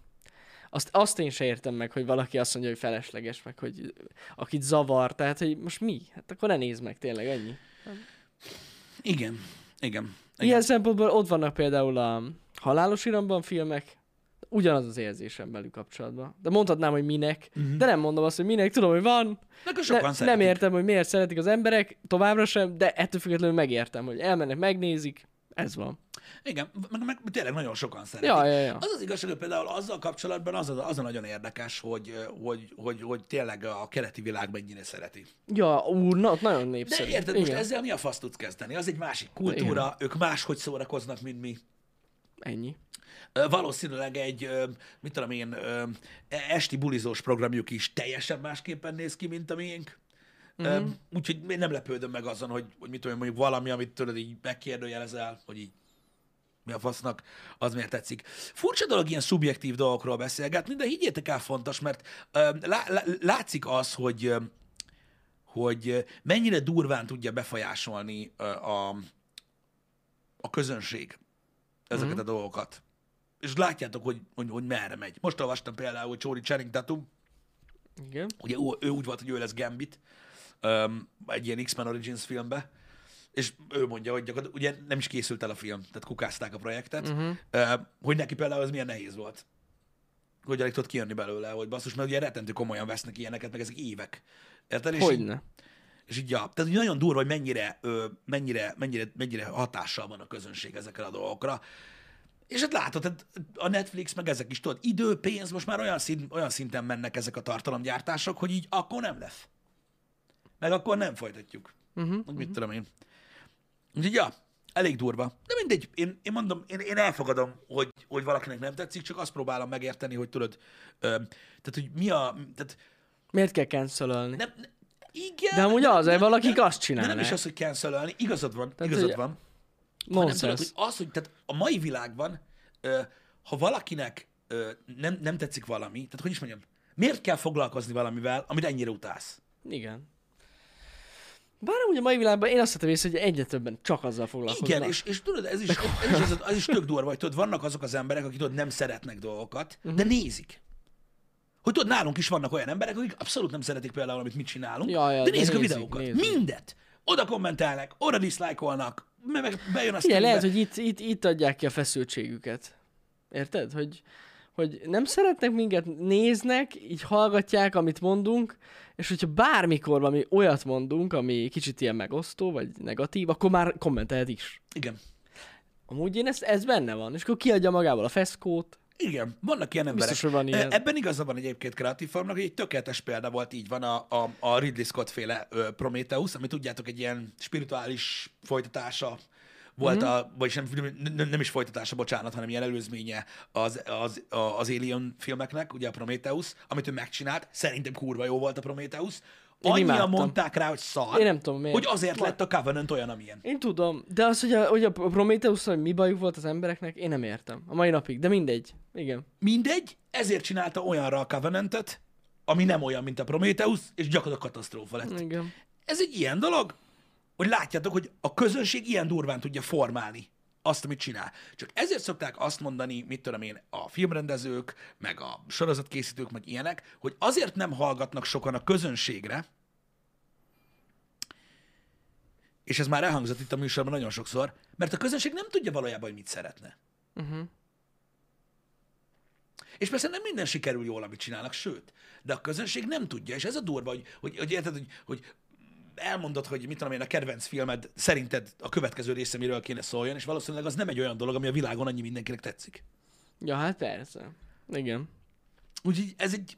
[SPEAKER 2] azt, azt én se értem meg, hogy valaki azt mondja, hogy felesleges, meg hogy akit zavar, tehát hogy most mi? Hát akkor ne nézd meg, tényleg ennyi.
[SPEAKER 3] Igen, igen. igen.
[SPEAKER 2] Ilyen szempontból ott vannak például a halálos iramban filmek, ugyanaz az érzésem velük kapcsolatban. De mondhatnám, hogy minek, uh-huh. de nem mondom azt, hogy minek, tudom, hogy van.
[SPEAKER 3] Nekem Mhm. sokan
[SPEAKER 2] Ne, nem
[SPEAKER 3] szeretik.
[SPEAKER 2] értem, hogy miért szeretik az emberek, továbbra sem, de ettől függetlenül megértem, hogy elmennek, megnézik, ez van.
[SPEAKER 3] Igen, meg, meg tényleg nagyon sokan szeretik.
[SPEAKER 2] Ja, ja, ja.
[SPEAKER 3] Az az igazság, hogy például azzal kapcsolatban az, az, az a nagyon érdekes, hogy, ö, hogy, hogy, hogy tényleg a keleti világ mennyire szereti.
[SPEAKER 2] Ja, úr, na, ott nagyon
[SPEAKER 3] De
[SPEAKER 2] népszerű.
[SPEAKER 3] érted, most ezzel mi a fasz tudsz kezdeni? Az egy másik kultúra, ők máshogy szórakoznak, mint mi.
[SPEAKER 2] Ennyi.
[SPEAKER 3] Ö, Valószínűleg egy, ö, mit tudom én, ö, esti bulizós programjuk is teljesen másképpen néz ki, mint a miénk. Mm-hmm. Úgyhogy én nem lepődöm meg azon, hogy, hogy mit tudom én, mondjuk valami, amit tőled így megkérdőjelezel, hogy így mi a fasznak, az miért tetszik. Furcsa dolog ilyen szubjektív dolgokról beszélgetni, de higgyétek el fontos, mert ö, lá, lá, látszik az, hogy ö, hogy ö, mennyire durván tudja befolyásolni ö, a, a közönség ezeket mm-hmm. a dolgokat. És látjátok, hogy, hogy, hogy merre megy. Most olvastam például, hogy Csóri Channing Tatum,
[SPEAKER 2] Igen.
[SPEAKER 3] ugye ő, ő úgy volt, hogy ő lesz Gambit um, egy ilyen X-Men Origins filmbe, és ő mondja, hogy gyakorlatilag ugye nem is készült el a film, tehát kukázták a projektet, uh-huh. uh, hogy neki például ez milyen nehéz volt. Hogy alig tudott kijönni belőle, hogy basszus, mert ugye rettentő komolyan vesznek ilyeneket, meg ezek évek. Érted? És így-
[SPEAKER 2] Hogyne.
[SPEAKER 3] és így, ja, tehát hogy nagyon durva, hogy mennyire, ö, mennyire, mennyire, mennyire hatással van a közönség ezekre a dolgokra. És hát látod, hát a Netflix, meg ezek is, tudod, idő, pénz, most már olyan, szint, olyan szinten mennek ezek a tartalomgyártások, hogy így akkor nem lesz. Meg akkor nem folytatjuk. Uh-huh, meg mit uh-huh. tudom én. Úgyhogy, ja, elég durva. De mindegy, én, én mondom, én, én elfogadom, hogy, hogy valakinek nem tetszik, csak azt próbálom megérteni, hogy tudod, ö, tehát, hogy mi a, tehát
[SPEAKER 2] Miért kell cancelölni?
[SPEAKER 3] nem, ne- igen.
[SPEAKER 2] De amúgy
[SPEAKER 3] nem-
[SPEAKER 2] az, hogy
[SPEAKER 3] nem-
[SPEAKER 2] valakik
[SPEAKER 3] nem-
[SPEAKER 2] azt
[SPEAKER 3] De nem
[SPEAKER 2] csinálnák.
[SPEAKER 3] is az, hogy cancelölni, igazad van,
[SPEAKER 2] Tehát,
[SPEAKER 3] tehát, igazad
[SPEAKER 2] hogy-
[SPEAKER 3] van. Nem tudod,
[SPEAKER 2] Nonsens.
[SPEAKER 3] hogy az, hogy tehát a mai világban, ö, ha valakinek ö, nem, nem tetszik valami, tehát hogy is mondjam, miért kell foglalkozni valamivel, amit ennyire utálsz?
[SPEAKER 2] Igen. Bár amúgy a mai világban én azt vettem észre, hogy egyre többen csak azzal foglalkoznak.
[SPEAKER 3] Igen, és, és tudod, ez is, ez is, ez, az- az is tök durva, hogy tudod, vannak azok az emberek, akik tudod, nem szeretnek dolgokat,
[SPEAKER 2] Mhm.
[SPEAKER 3] uh-huh. de nézik. Hogy tudod, nálunk is vannak olyan emberek, akik abszolút nem szeretik például, amit mit csinálunk,
[SPEAKER 2] Ja, ja,
[SPEAKER 3] de
[SPEAKER 2] de
[SPEAKER 3] nézik a
[SPEAKER 2] nézik,
[SPEAKER 3] videókat.
[SPEAKER 2] nézik.
[SPEAKER 3] Mindet. Oda kommentelnek, oda dislike-olnak, meg meg bejön a
[SPEAKER 2] Figyelj,
[SPEAKER 3] streambe.
[SPEAKER 2] lehet, hogy itt, itt, itt adják ki a feszültségüket. Érted? Hogy, hogy nem szeretnek minket, néznek, így hallgatják, amit mondunk, és hogyha bármikor valami olyat mondunk, ami kicsit ilyen megosztó, vagy negatív, akkor már kommenteled is.
[SPEAKER 3] Igen.
[SPEAKER 2] Amúgy én ezt, ez benne van, és akkor kiadja magából a feszkót.
[SPEAKER 3] Igen, vannak ilyen emberek.
[SPEAKER 2] Biztos, hogy van ilyen.
[SPEAKER 3] E- Ebben igaza van egyébként kreatív formnak, hogy egy tökéletes példa volt, így van a, a, a Ridley Scott féle ö, Prometheus, ami tudjátok, egy ilyen spirituális folytatása
[SPEAKER 2] Mhm.
[SPEAKER 3] volt, mm-hmm. a, vagyis nem, nem, nem is folytatása, bocsánat, hanem ilyen előzménye az, az, a- az Alien filmeknek, ugye a Prometheus, amit ő megcsinált, szerintem kurva jó volt a Prometheus,
[SPEAKER 2] Én
[SPEAKER 3] annyian
[SPEAKER 2] imádtam.
[SPEAKER 3] mondták rá, hogy szar,
[SPEAKER 2] Én nem tudom, miért.
[SPEAKER 3] hogy azért lett a Covenant olyan, amilyen.
[SPEAKER 2] Én tudom, de az, hogy a, hogy a Prometheus, hogy mi bajuk volt az embereknek, én nem értem. A mai napig, de mindegy. Igen.
[SPEAKER 3] Mindegy, ezért csinálta olyanra a Covenantet, ami nem olyan, mint a Prometheus, és gyakorlatilag katasztrófa lett.
[SPEAKER 2] Igen.
[SPEAKER 3] Ez egy ilyen dolog, hogy látjátok, hogy a közönség ilyen durván tudja formálni a azt, amit csinál. Csak ezért szokták azt mondani, mit tudom én, a filmrendezők, meg a sorozatkészítők, meg ilyenek, hogy azért nem hallgatnak sokan a közönségre, és ez már elhangzott itt a műsorban nagyon sokszor, mert a közönség nem tudja valójában, hogy mit szeretne. És persze nem minden sikerül jól, amit csinálnak, sőt, de a közönség nem tudja, és ez a durva, hogy, hogy, hogy érted, hogy, hogy elmondod, hogy mit tudom én, a kedvenc filmed szerinted a következő része miről kéne szóljon, és valószínűleg az nem egy olyan dolog, ami a világon annyi mindenkinek tetszik.
[SPEAKER 2] Ja, hát persze. Igen.
[SPEAKER 3] Úgyhogy ez egy,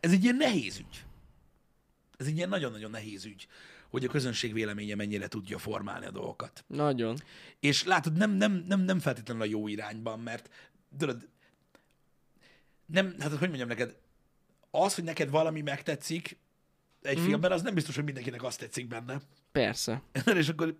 [SPEAKER 3] ez egy ilyen nehéz ügy. Ez egy ilyen nagyon-nagyon nehéz ügy, hogy a közönség véleménye mennyire tudja formálni a dolgokat.
[SPEAKER 2] Nagyon.
[SPEAKER 3] És látod, nem, nem, nem, nem feltétlenül a jó irányban, mert tudod, nem, hát hogy mondjam neked, az, hogy neked valami megtetszik egy mm. filmben, az nem biztos, hogy mindenkinek azt tetszik benne.
[SPEAKER 2] Persze.
[SPEAKER 3] És akkor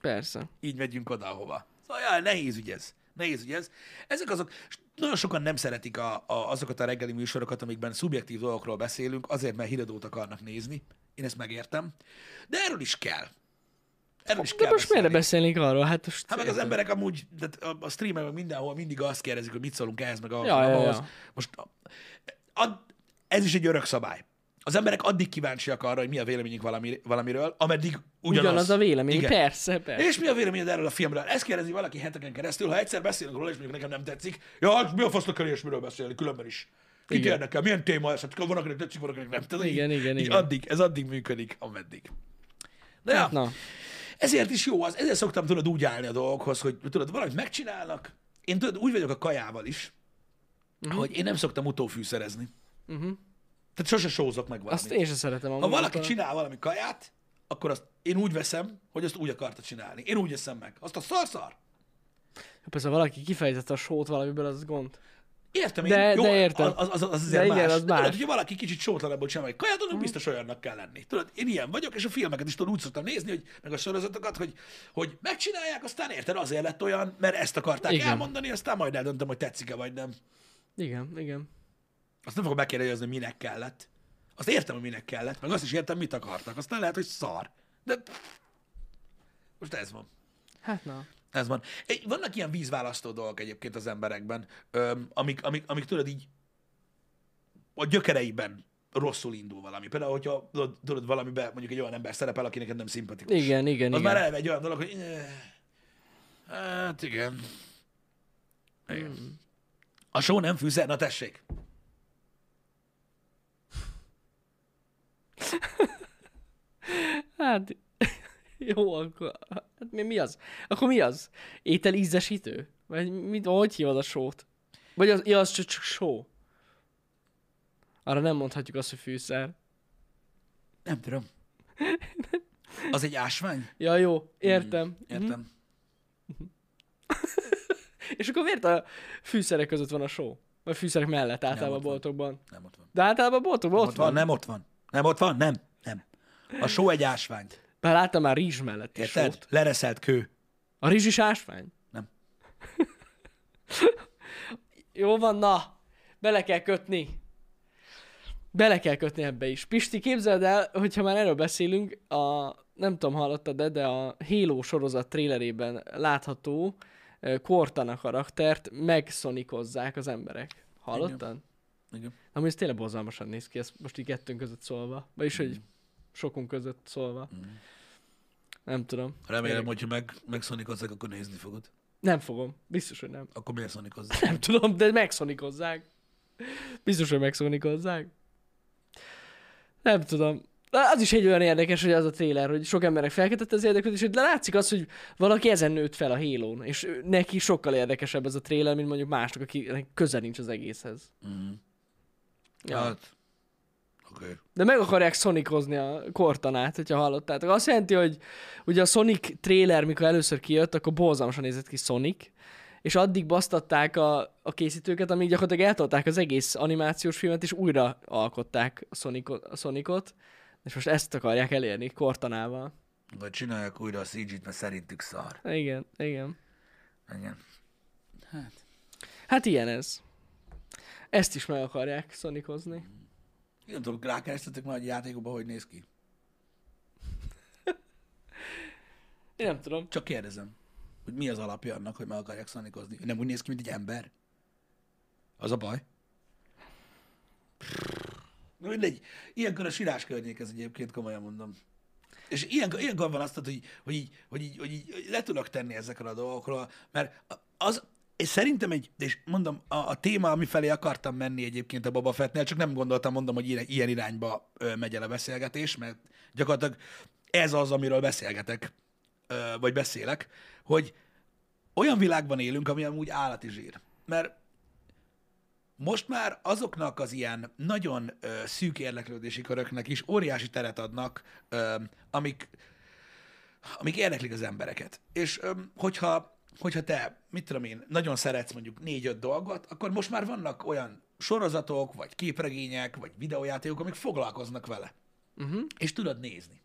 [SPEAKER 2] Persze.
[SPEAKER 3] így megyünk oda, ahova. Szóval jaj, nehéz ügy ez. Nehéz ügy ez. Ezek azok, s nagyon sokan nem szeretik a, a, azokat a reggeli műsorokat, amikben szubjektív dolgokról beszélünk, azért, mert híradót akarnak nézni. Én ezt megértem. De erről is kell. Erről is
[SPEAKER 2] De
[SPEAKER 3] kell
[SPEAKER 2] most
[SPEAKER 3] beszélni.
[SPEAKER 2] miért beszélnénk arról? Hát most...
[SPEAKER 3] Hát meg az
[SPEAKER 2] érted.
[SPEAKER 3] emberek amúgy, tehát a, a streamer meg mindenhol mindig azt kérdezik, hogy mit szólunk ehhez, meg ahhoz.
[SPEAKER 2] Ja,
[SPEAKER 3] meg
[SPEAKER 2] ja, ja.
[SPEAKER 3] ahhoz. Most a- ad, ez is egy örök szabály. Az emberek addig kíváncsiak arra, hogy mi a véleményük valami, valamiről, ameddig ugyanaz.
[SPEAKER 2] Ugyanaz, a vélemény.
[SPEAKER 3] Igen.
[SPEAKER 2] Persze, persze.
[SPEAKER 3] És mi a véleményed erről a filmről? Ezt kérdezi valaki heteken keresztül, ha egyszer beszélünk róla, és mondjuk nekem nem tetszik, ja, hát mi a fasznak kell miről beszélni, különben is. Kit
[SPEAKER 2] Igen.
[SPEAKER 3] érdekel, milyen téma ez? Hát van, akinek tetszik, van, akinek nem. Tehát
[SPEAKER 2] Igen,
[SPEAKER 3] így,
[SPEAKER 2] igen,
[SPEAKER 3] így
[SPEAKER 2] igen.
[SPEAKER 3] Addig, ez addig működik, ameddig. De ja,
[SPEAKER 2] Hát na.
[SPEAKER 3] ezért is jó az, ezért szoktam tudod úgy állni a dolgokhoz, hogy tudod, valamit megcsinálnak. Én tudod, úgy vagyok a kajával is,
[SPEAKER 2] Mhm.
[SPEAKER 3] uh-huh. hogy én nem szoktam utófűszerezni. Uh-huh. Tehát sose sózok meg valamit.
[SPEAKER 2] Azt én sem szeretem.
[SPEAKER 3] Ha valaki csinál valami kaját, akkor azt én úgy veszem, hogy azt úgy akarta csinálni. Én úgy eszem meg. Azt a szarszar.
[SPEAKER 2] Persze, ha valaki kifejtette a sót valamiből, az gond.
[SPEAKER 3] Értem
[SPEAKER 2] De-
[SPEAKER 3] én. Jó,
[SPEAKER 2] de értem.
[SPEAKER 3] Az, az, az azért
[SPEAKER 2] De
[SPEAKER 3] más.
[SPEAKER 2] igen, az
[SPEAKER 3] De tudod,
[SPEAKER 2] más.
[SPEAKER 3] hogyha valaki kicsit sótlanabbul csinál egy kaját, annak biztos olyannak kell lenni. Tudod, én ilyen vagyok, és a filmeket is tudod, úgy szoktam nézni, hogy, meg a sorozatokat, hogy, hogy megcsinálják, aztán érted, azért lett olyan, mert ezt akarták igen.
[SPEAKER 2] Igen.
[SPEAKER 3] elmondani, aztán majd eldöntöm, hogy tetszik-e vagy nem.
[SPEAKER 2] Igen, igen.
[SPEAKER 3] Azt nem fogom megkérdezni, hogy minek kellett. Azt értem, hogy minek kellett, meg azt is értem, mit akartak. Aztán lehet, hogy szar. De most ez van.
[SPEAKER 2] Hát na.
[SPEAKER 3] Ez van. Egy- Vannak ilyen vízválasztó dolgok egyébként az emberekben, öm, amik, amik, amik tudod így a gyökereiben rosszul indul valami. Például, hogyha tudod, tudod valamiben mondjuk egy olyan ember szerepel, aki neked nem szimpatikus.
[SPEAKER 2] Igen, igen,
[SPEAKER 3] Az
[SPEAKER 2] igen.
[SPEAKER 3] már eleve egy olyan dolog, hogy eh, hát igen. igen. A só nem fűszer, na tessék.
[SPEAKER 2] Hát, jó, akkor... Hát mi, mi az? Akkor mi az? Étel ízesítő? Vagy mit, hogy hívod a sót? Vagy az, ja, az csak, csak só. Arra nem mondhatjuk azt, hogy fűszer.
[SPEAKER 3] Nem tudom. Az egy ásvány?
[SPEAKER 2] Ja, jó, értem.
[SPEAKER 3] Hmm, Értem.
[SPEAKER 2] És akkor miért a fűszerek között van a só? Vagy fűszerek mellett általában
[SPEAKER 3] ott
[SPEAKER 2] a
[SPEAKER 3] van.
[SPEAKER 2] boltokban.
[SPEAKER 3] Nem ott van.
[SPEAKER 2] De általában a boltokban
[SPEAKER 3] Ott, van, nem ott van. Nem ott van, nem. Nem. A só egy ásvány.
[SPEAKER 2] Bár láttam már rizs mellett is
[SPEAKER 3] Érted?
[SPEAKER 2] sót.
[SPEAKER 3] Lereszelt kő.
[SPEAKER 2] A rizs is ásvány?
[SPEAKER 3] Nem.
[SPEAKER 2] Jó van, na. Bele kell kötni. Bele kell kötni ebbe is. Pisti, képzeld el, hogyha már erről beszélünk, a, nem tudom, hallottad de, de a Halo sorozat trélerében látható ö, Cortana karaktert megszonikozzák az emberek. Hallottad?
[SPEAKER 3] Igen.
[SPEAKER 2] Ami ez tényleg borzalmasan néz ki, ezt most így kettőnk között szólva. Vagyis,
[SPEAKER 3] Mm.
[SPEAKER 2] hogy sokunk között szólva. Nem tudom.
[SPEAKER 3] Remélem, hogyha meg, megszonikozzák, akkor nézni fogod.
[SPEAKER 2] Nem fogom. Biztos, hogy nem.
[SPEAKER 3] Akkor miért szonikozzák?
[SPEAKER 2] Nem tudom, de megszonikozzák. Biztos, hogy megszonikozzák. Nem tudom. De Az is egy olyan érdekes, hogy az a trailer, hogy sok emberek felkeltette az érdeklődést, de látszik az, hogy valaki ezen nőtt fel a hélón, és ő- neki sokkal érdekesebb ez a trailer, mint mondjuk másnak, akinek köze nincs az egészhez.
[SPEAKER 3] Mhm.
[SPEAKER 2] Ja.
[SPEAKER 3] Hát, oké. Okay.
[SPEAKER 2] De meg akarják szonikozni a kortanát, hogyha hallottátok. Azt jelenti, hogy ugye a Sonic trailer, mikor először kijött, akkor borzalmasan nézett ki Sonic, és addig basztatták a, a készítőket, amíg gyakorlatilag eltolták az egész animációs filmet, és újra alkották a, Sonicot, a Sonicot, és most ezt akarják elérni kortanával.
[SPEAKER 3] Vagy csinálják újra a CG-t, mert szerintük szar.
[SPEAKER 2] Igen, igen.
[SPEAKER 3] Igen.
[SPEAKER 2] Hát ilyen ez. Ezt is meg akarják szonikozni.
[SPEAKER 3] Én nem tudom, rákeresztetek már egy játékokban, hogy néz ki?
[SPEAKER 2] Én nem tudom.
[SPEAKER 3] Csak kérdezem. hogy mi az alapja annak, hogy meg akarják szanikozni. Ő Nem úgy néz ki, mint egy ember. Az a baj. Na Mindegy. Ilyenkor a sírás környék ez egyébként, komolyan mondom. És ilyenkor, ilyenkor van azt, hogy, hogy, így, hogy, így, hogy így le tudok tenni ezekre a dolgokról, mert az, és szerintem egy, és mondom, a, a téma, ami felé akartam menni egyébként a Boba Fettnél, csak nem gondoltam, mondom, hogy ilyen, ilyen irányba ö, megy el a beszélgetés, mert gyakorlatilag ez az, amiről beszélgetek, ö, vagy beszélek, hogy olyan világban élünk, ami amúgy állati zsír. Mert most már azoknak az ilyen nagyon ö, szűk érdeklődési köröknek is óriási teret adnak, ö, amik, amik érdeklik az embereket. És ö, hogyha, hogyha te, mit tudom én, nagyon szeretsz mondjuk négy-öt dolgot, akkor most már vannak olyan sorozatok, vagy képregények, vagy videójátékok, amik foglalkoznak vele. Uh-huh. És tudod nézni.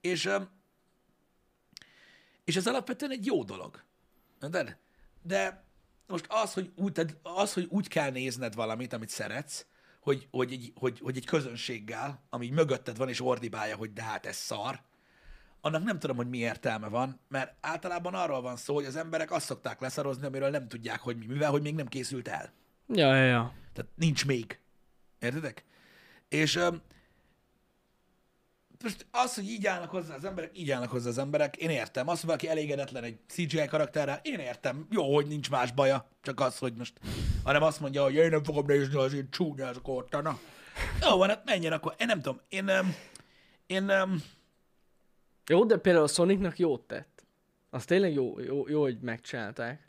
[SPEAKER 3] És ö, és ez alapvetően egy jó dolog. Érted? De most az, hogy úgy, tehát az, hogy úgy kell nézned valamit, amit szeretsz, hogy, hogy, egy, hogy, hogy egy közönséggel, ami így mögötted van, és ordibálja, hogy de hát ez szar, annak nem tudom, hogy mi értelme van, mert általában arról van szó, hogy az emberek azt szokták leszarozni, amiről nem tudják, hogy mi, mivel, hogy még nem készült el.
[SPEAKER 2] Ja, ja, ja.
[SPEAKER 3] Tehát nincs még. Értedek? És öm, most az, hogy így állnak hozzá az emberek, így állnak hozzá az emberek, én értem. Az, hogy valaki elégedetlen egy CGI karakterrel, én értem. Jó, hogy nincs más baja, csak az, hogy most, hanem azt mondja, hogy én nem fogom nézni az én csúnya az a kortana. Jó van, hát menjen akkor. Én nem tudom, én nem, én nem,
[SPEAKER 2] Jó, de például a Sonicnak jót tett. Az tényleg jó, jó, jó hogy megcsinálták.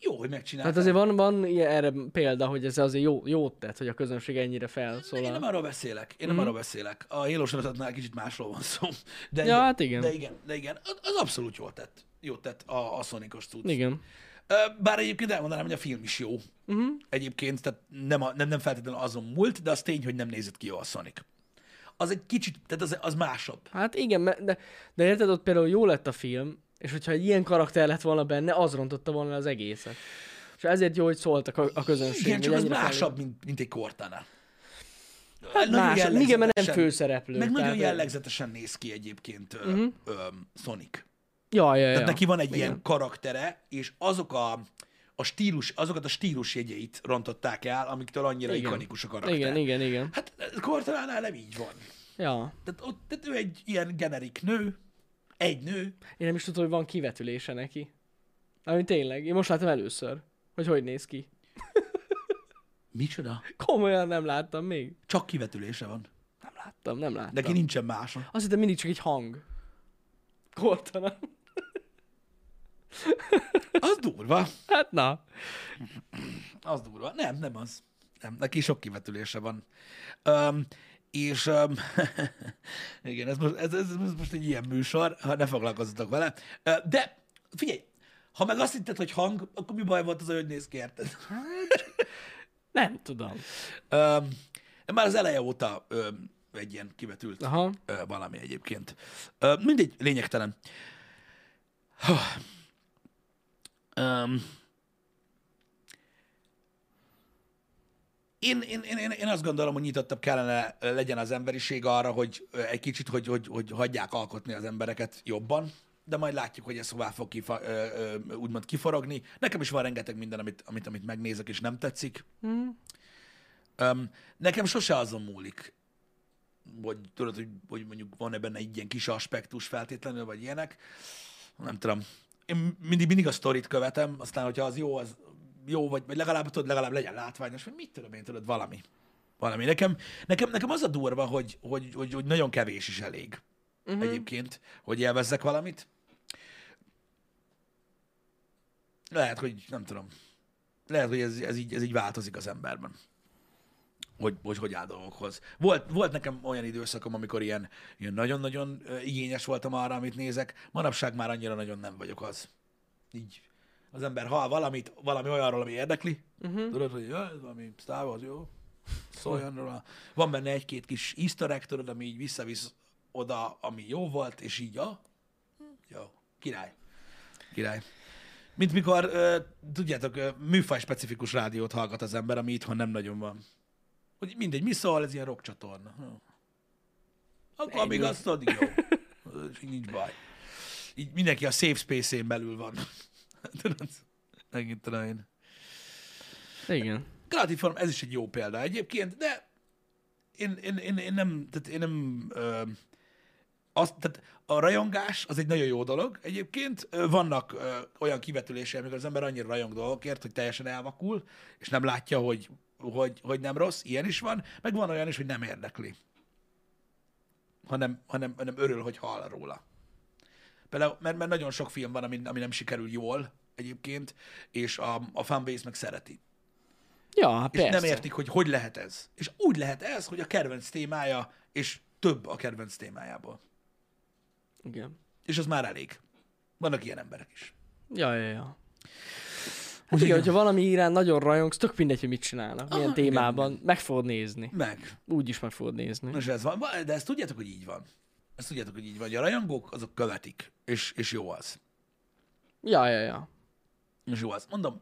[SPEAKER 3] jó, hogy megcsináltam.
[SPEAKER 2] Tehát Hát azért van, van ilyen erre példa, hogy ez azért jó, jót tett, hogy a közönség ennyire
[SPEAKER 3] Én nem
[SPEAKER 2] felszólal.
[SPEAKER 3] arról beszélek, én nem arról beszélek. A élósorozatnál kicsit másról van szó. De
[SPEAKER 2] Mhm. Ja, hát igen.
[SPEAKER 3] De igen, de igen. Az- Az abszolút jól tett. Jót tett a, a Sonicos cucc.
[SPEAKER 2] Igen.
[SPEAKER 3] Ö, Bár egyébként elmondanám, hogy a film is jó.
[SPEAKER 2] Mhm.
[SPEAKER 3] Uh-huh. Egyébként, tehát nem, a, nem, nem feltétlenül azon múlt, de az tény, hogy nem nézett ki jól a Sonic. Az egy kicsit, tehát az, az másabb.
[SPEAKER 2] Hát igen, me- de, de érted, ott például jó lett a film, és hogyha egy ilyen karakter lett volna benne, az rontotta volna el az egészet. És ezért jó, hogy szóltak a, a közönség.
[SPEAKER 3] Igen,
[SPEAKER 2] hogy
[SPEAKER 3] csak az
[SPEAKER 2] ennyire
[SPEAKER 3] másabb, mint, mint egy Cortana.
[SPEAKER 2] Hát
[SPEAKER 3] Nagyon
[SPEAKER 2] más, igen, mert nem
[SPEAKER 3] jellegzetesen-
[SPEAKER 2] főszereplő.
[SPEAKER 3] Meg nagyon
[SPEAKER 2] tehát- Mhm.
[SPEAKER 3] jellegzetesen néz ki egyébként uh-huh. ö, Sonic.
[SPEAKER 2] Ja, ja, ja.
[SPEAKER 3] Tehát neki van egy ilyen karaktere, és azok a, a stílus, azokat a stílus jegyeit rontották el, amiktől annyira
[SPEAKER 2] Igen.
[SPEAKER 3] ikonikus a karakter.
[SPEAKER 2] Igen, igen, igen.
[SPEAKER 3] Hát Cortanánál nem így van.
[SPEAKER 2] Ja.
[SPEAKER 3] Tehát, ott, tehát ő egy ilyen generik nő, egy nő,
[SPEAKER 2] Én nem is tudom, hogy van kivetülése neki. Ami tényleg, én most láttam először, hogy hogy néz ki.
[SPEAKER 3] micsoda?
[SPEAKER 2] Komolyan nem láttam még.
[SPEAKER 3] Csak kivetülése van.
[SPEAKER 2] Nem láttam, nem láttam.
[SPEAKER 3] Neki nincsen mása.
[SPEAKER 2] Azt hittem mindig csak egy hang. Kortalan.
[SPEAKER 3] Az durva.
[SPEAKER 2] Hát na.
[SPEAKER 3] Az durva. Nem, nem az. Nem, neki sok kivetülése van. Um, és um, igen, ez most, ez, ez, ez most egy ilyen műsor, ha ne foglalkozzatok vele. Ö, De figyelj, ha meg azt hitted, hogy hang, akkor mi baj volt az, hogy néz ki, érted?
[SPEAKER 2] Nem tudom.
[SPEAKER 3] Um, már az eleje óta um, egy ilyen kivetült
[SPEAKER 2] Aha.
[SPEAKER 3] ö, valami egyébként. Ö, mindegy, lényegtelen. Hú. Öm. Én, én, én, én- én azt gondolom, hogy nyitottabb kellene ö, legyen az emberiség arra, hogy ö, egy kicsit, hogy, hogy, hogy hagyják alkotni az embereket jobban, de majd látjuk, hogy ez hová fog kifa, ö, ö, úgymond kiforogni. Nekem is van rengeteg minden, amit, amit, amit megnézek és nem tetszik. Öm, nekem sose azon múlik, vagy tudod, hogy, hogy mondjuk van-e benne egy ilyen kis aspektus feltétlenül, vagy ilyenek. Nem tudom. Én mindig, mindig a sztorit követem, aztán, hogyha az jó, az jó, vagy, vagy legalább tudod, legalább legyen látványos, vagy mit tudom én, tudod, valami. Valami. Nekem, nekem, nekem az a durva, hogy, hogy, hogy, hogy nagyon kevés is elég uh-huh. egyébként, hogy élvezzek valamit. Lehet, hogy nem tudom. Lehet, hogy ez, ez, így, ez így változik az emberben hogy hogy, hogy áll dolgokhoz. Volt, volt nekem olyan időszakom, amikor ilyen, ilyen nagyon-nagyon ö, igényes voltam arra, amit nézek. Manapság már annyira nagyon nem vagyok az. Így az ember hall valamit, valami olyanról, ami érdekli. Uh-huh. Tudod, hogy jaj, ez valami Star Wars, jó? Szóljon róla. Van benne egy-két kis easter egg, tudod, ami így visszavisz oda, ami jó volt, és így, ja, jó, király. Király. Mint mikor, ö, tudjátok, ö, műfaj-specifikus rádiót hallgat az ember, ami itthon nem nagyon van. Hogy mindegy, mi szól, ez ilyen rockcsatorna. Hm. Akkor amíg azt addig jó. Ö, és így Nincs baj. Így mindenki a safe space-én belül van. Tudod? Megint tudom én.
[SPEAKER 2] Igen.
[SPEAKER 3] Creative Farm, ez is egy jó példa egyébként, de én, én, én, én nem, tehát én nem, ö, azt, tehát a rajongás az egy nagyon jó dolog egyébként. Ö, Vannak ö, olyan kivetülései, amikor az ember annyira rajong dolgokért, hogy teljesen elvakul, és nem látja, hogy, hogy, hogy nem rossz, ilyen is van, meg van olyan is, hogy nem érdekli, hanem, hanem, hanem örül, hogy hall róla. Például, mert, mert nagyon sok film van, ami, ami nem sikerül jól egyébként, és a, a fanbase meg szereti.
[SPEAKER 2] Ja, hát
[SPEAKER 3] És
[SPEAKER 2] persze.
[SPEAKER 3] nem értik, hogy hogy lehet ez. És úgy lehet ez, hogy a kedvenc témája, és több a kedvenc témájából.
[SPEAKER 2] Igen.
[SPEAKER 3] És az már elég. Vannak ilyen emberek is.
[SPEAKER 2] Ja, ja, ja. Hát
[SPEAKER 3] Úgyhogy
[SPEAKER 2] igen,
[SPEAKER 3] nem.
[SPEAKER 2] hogyha valami irán nagyon rajongsz, tök mindegy, hogy mit csinálnak, milyen
[SPEAKER 3] Aha, igen,
[SPEAKER 2] témában, meg fogod nézni.
[SPEAKER 3] Meg.
[SPEAKER 2] Úgy is meg fogod nézni.
[SPEAKER 3] És ez van. De ezt tudjátok, hogy így van. Ezt tudjátok, hogy így van. hogy A rajongók, azok követik. És, és jó az.
[SPEAKER 2] Ja, ja, ja.
[SPEAKER 3] És jó az. Mondom,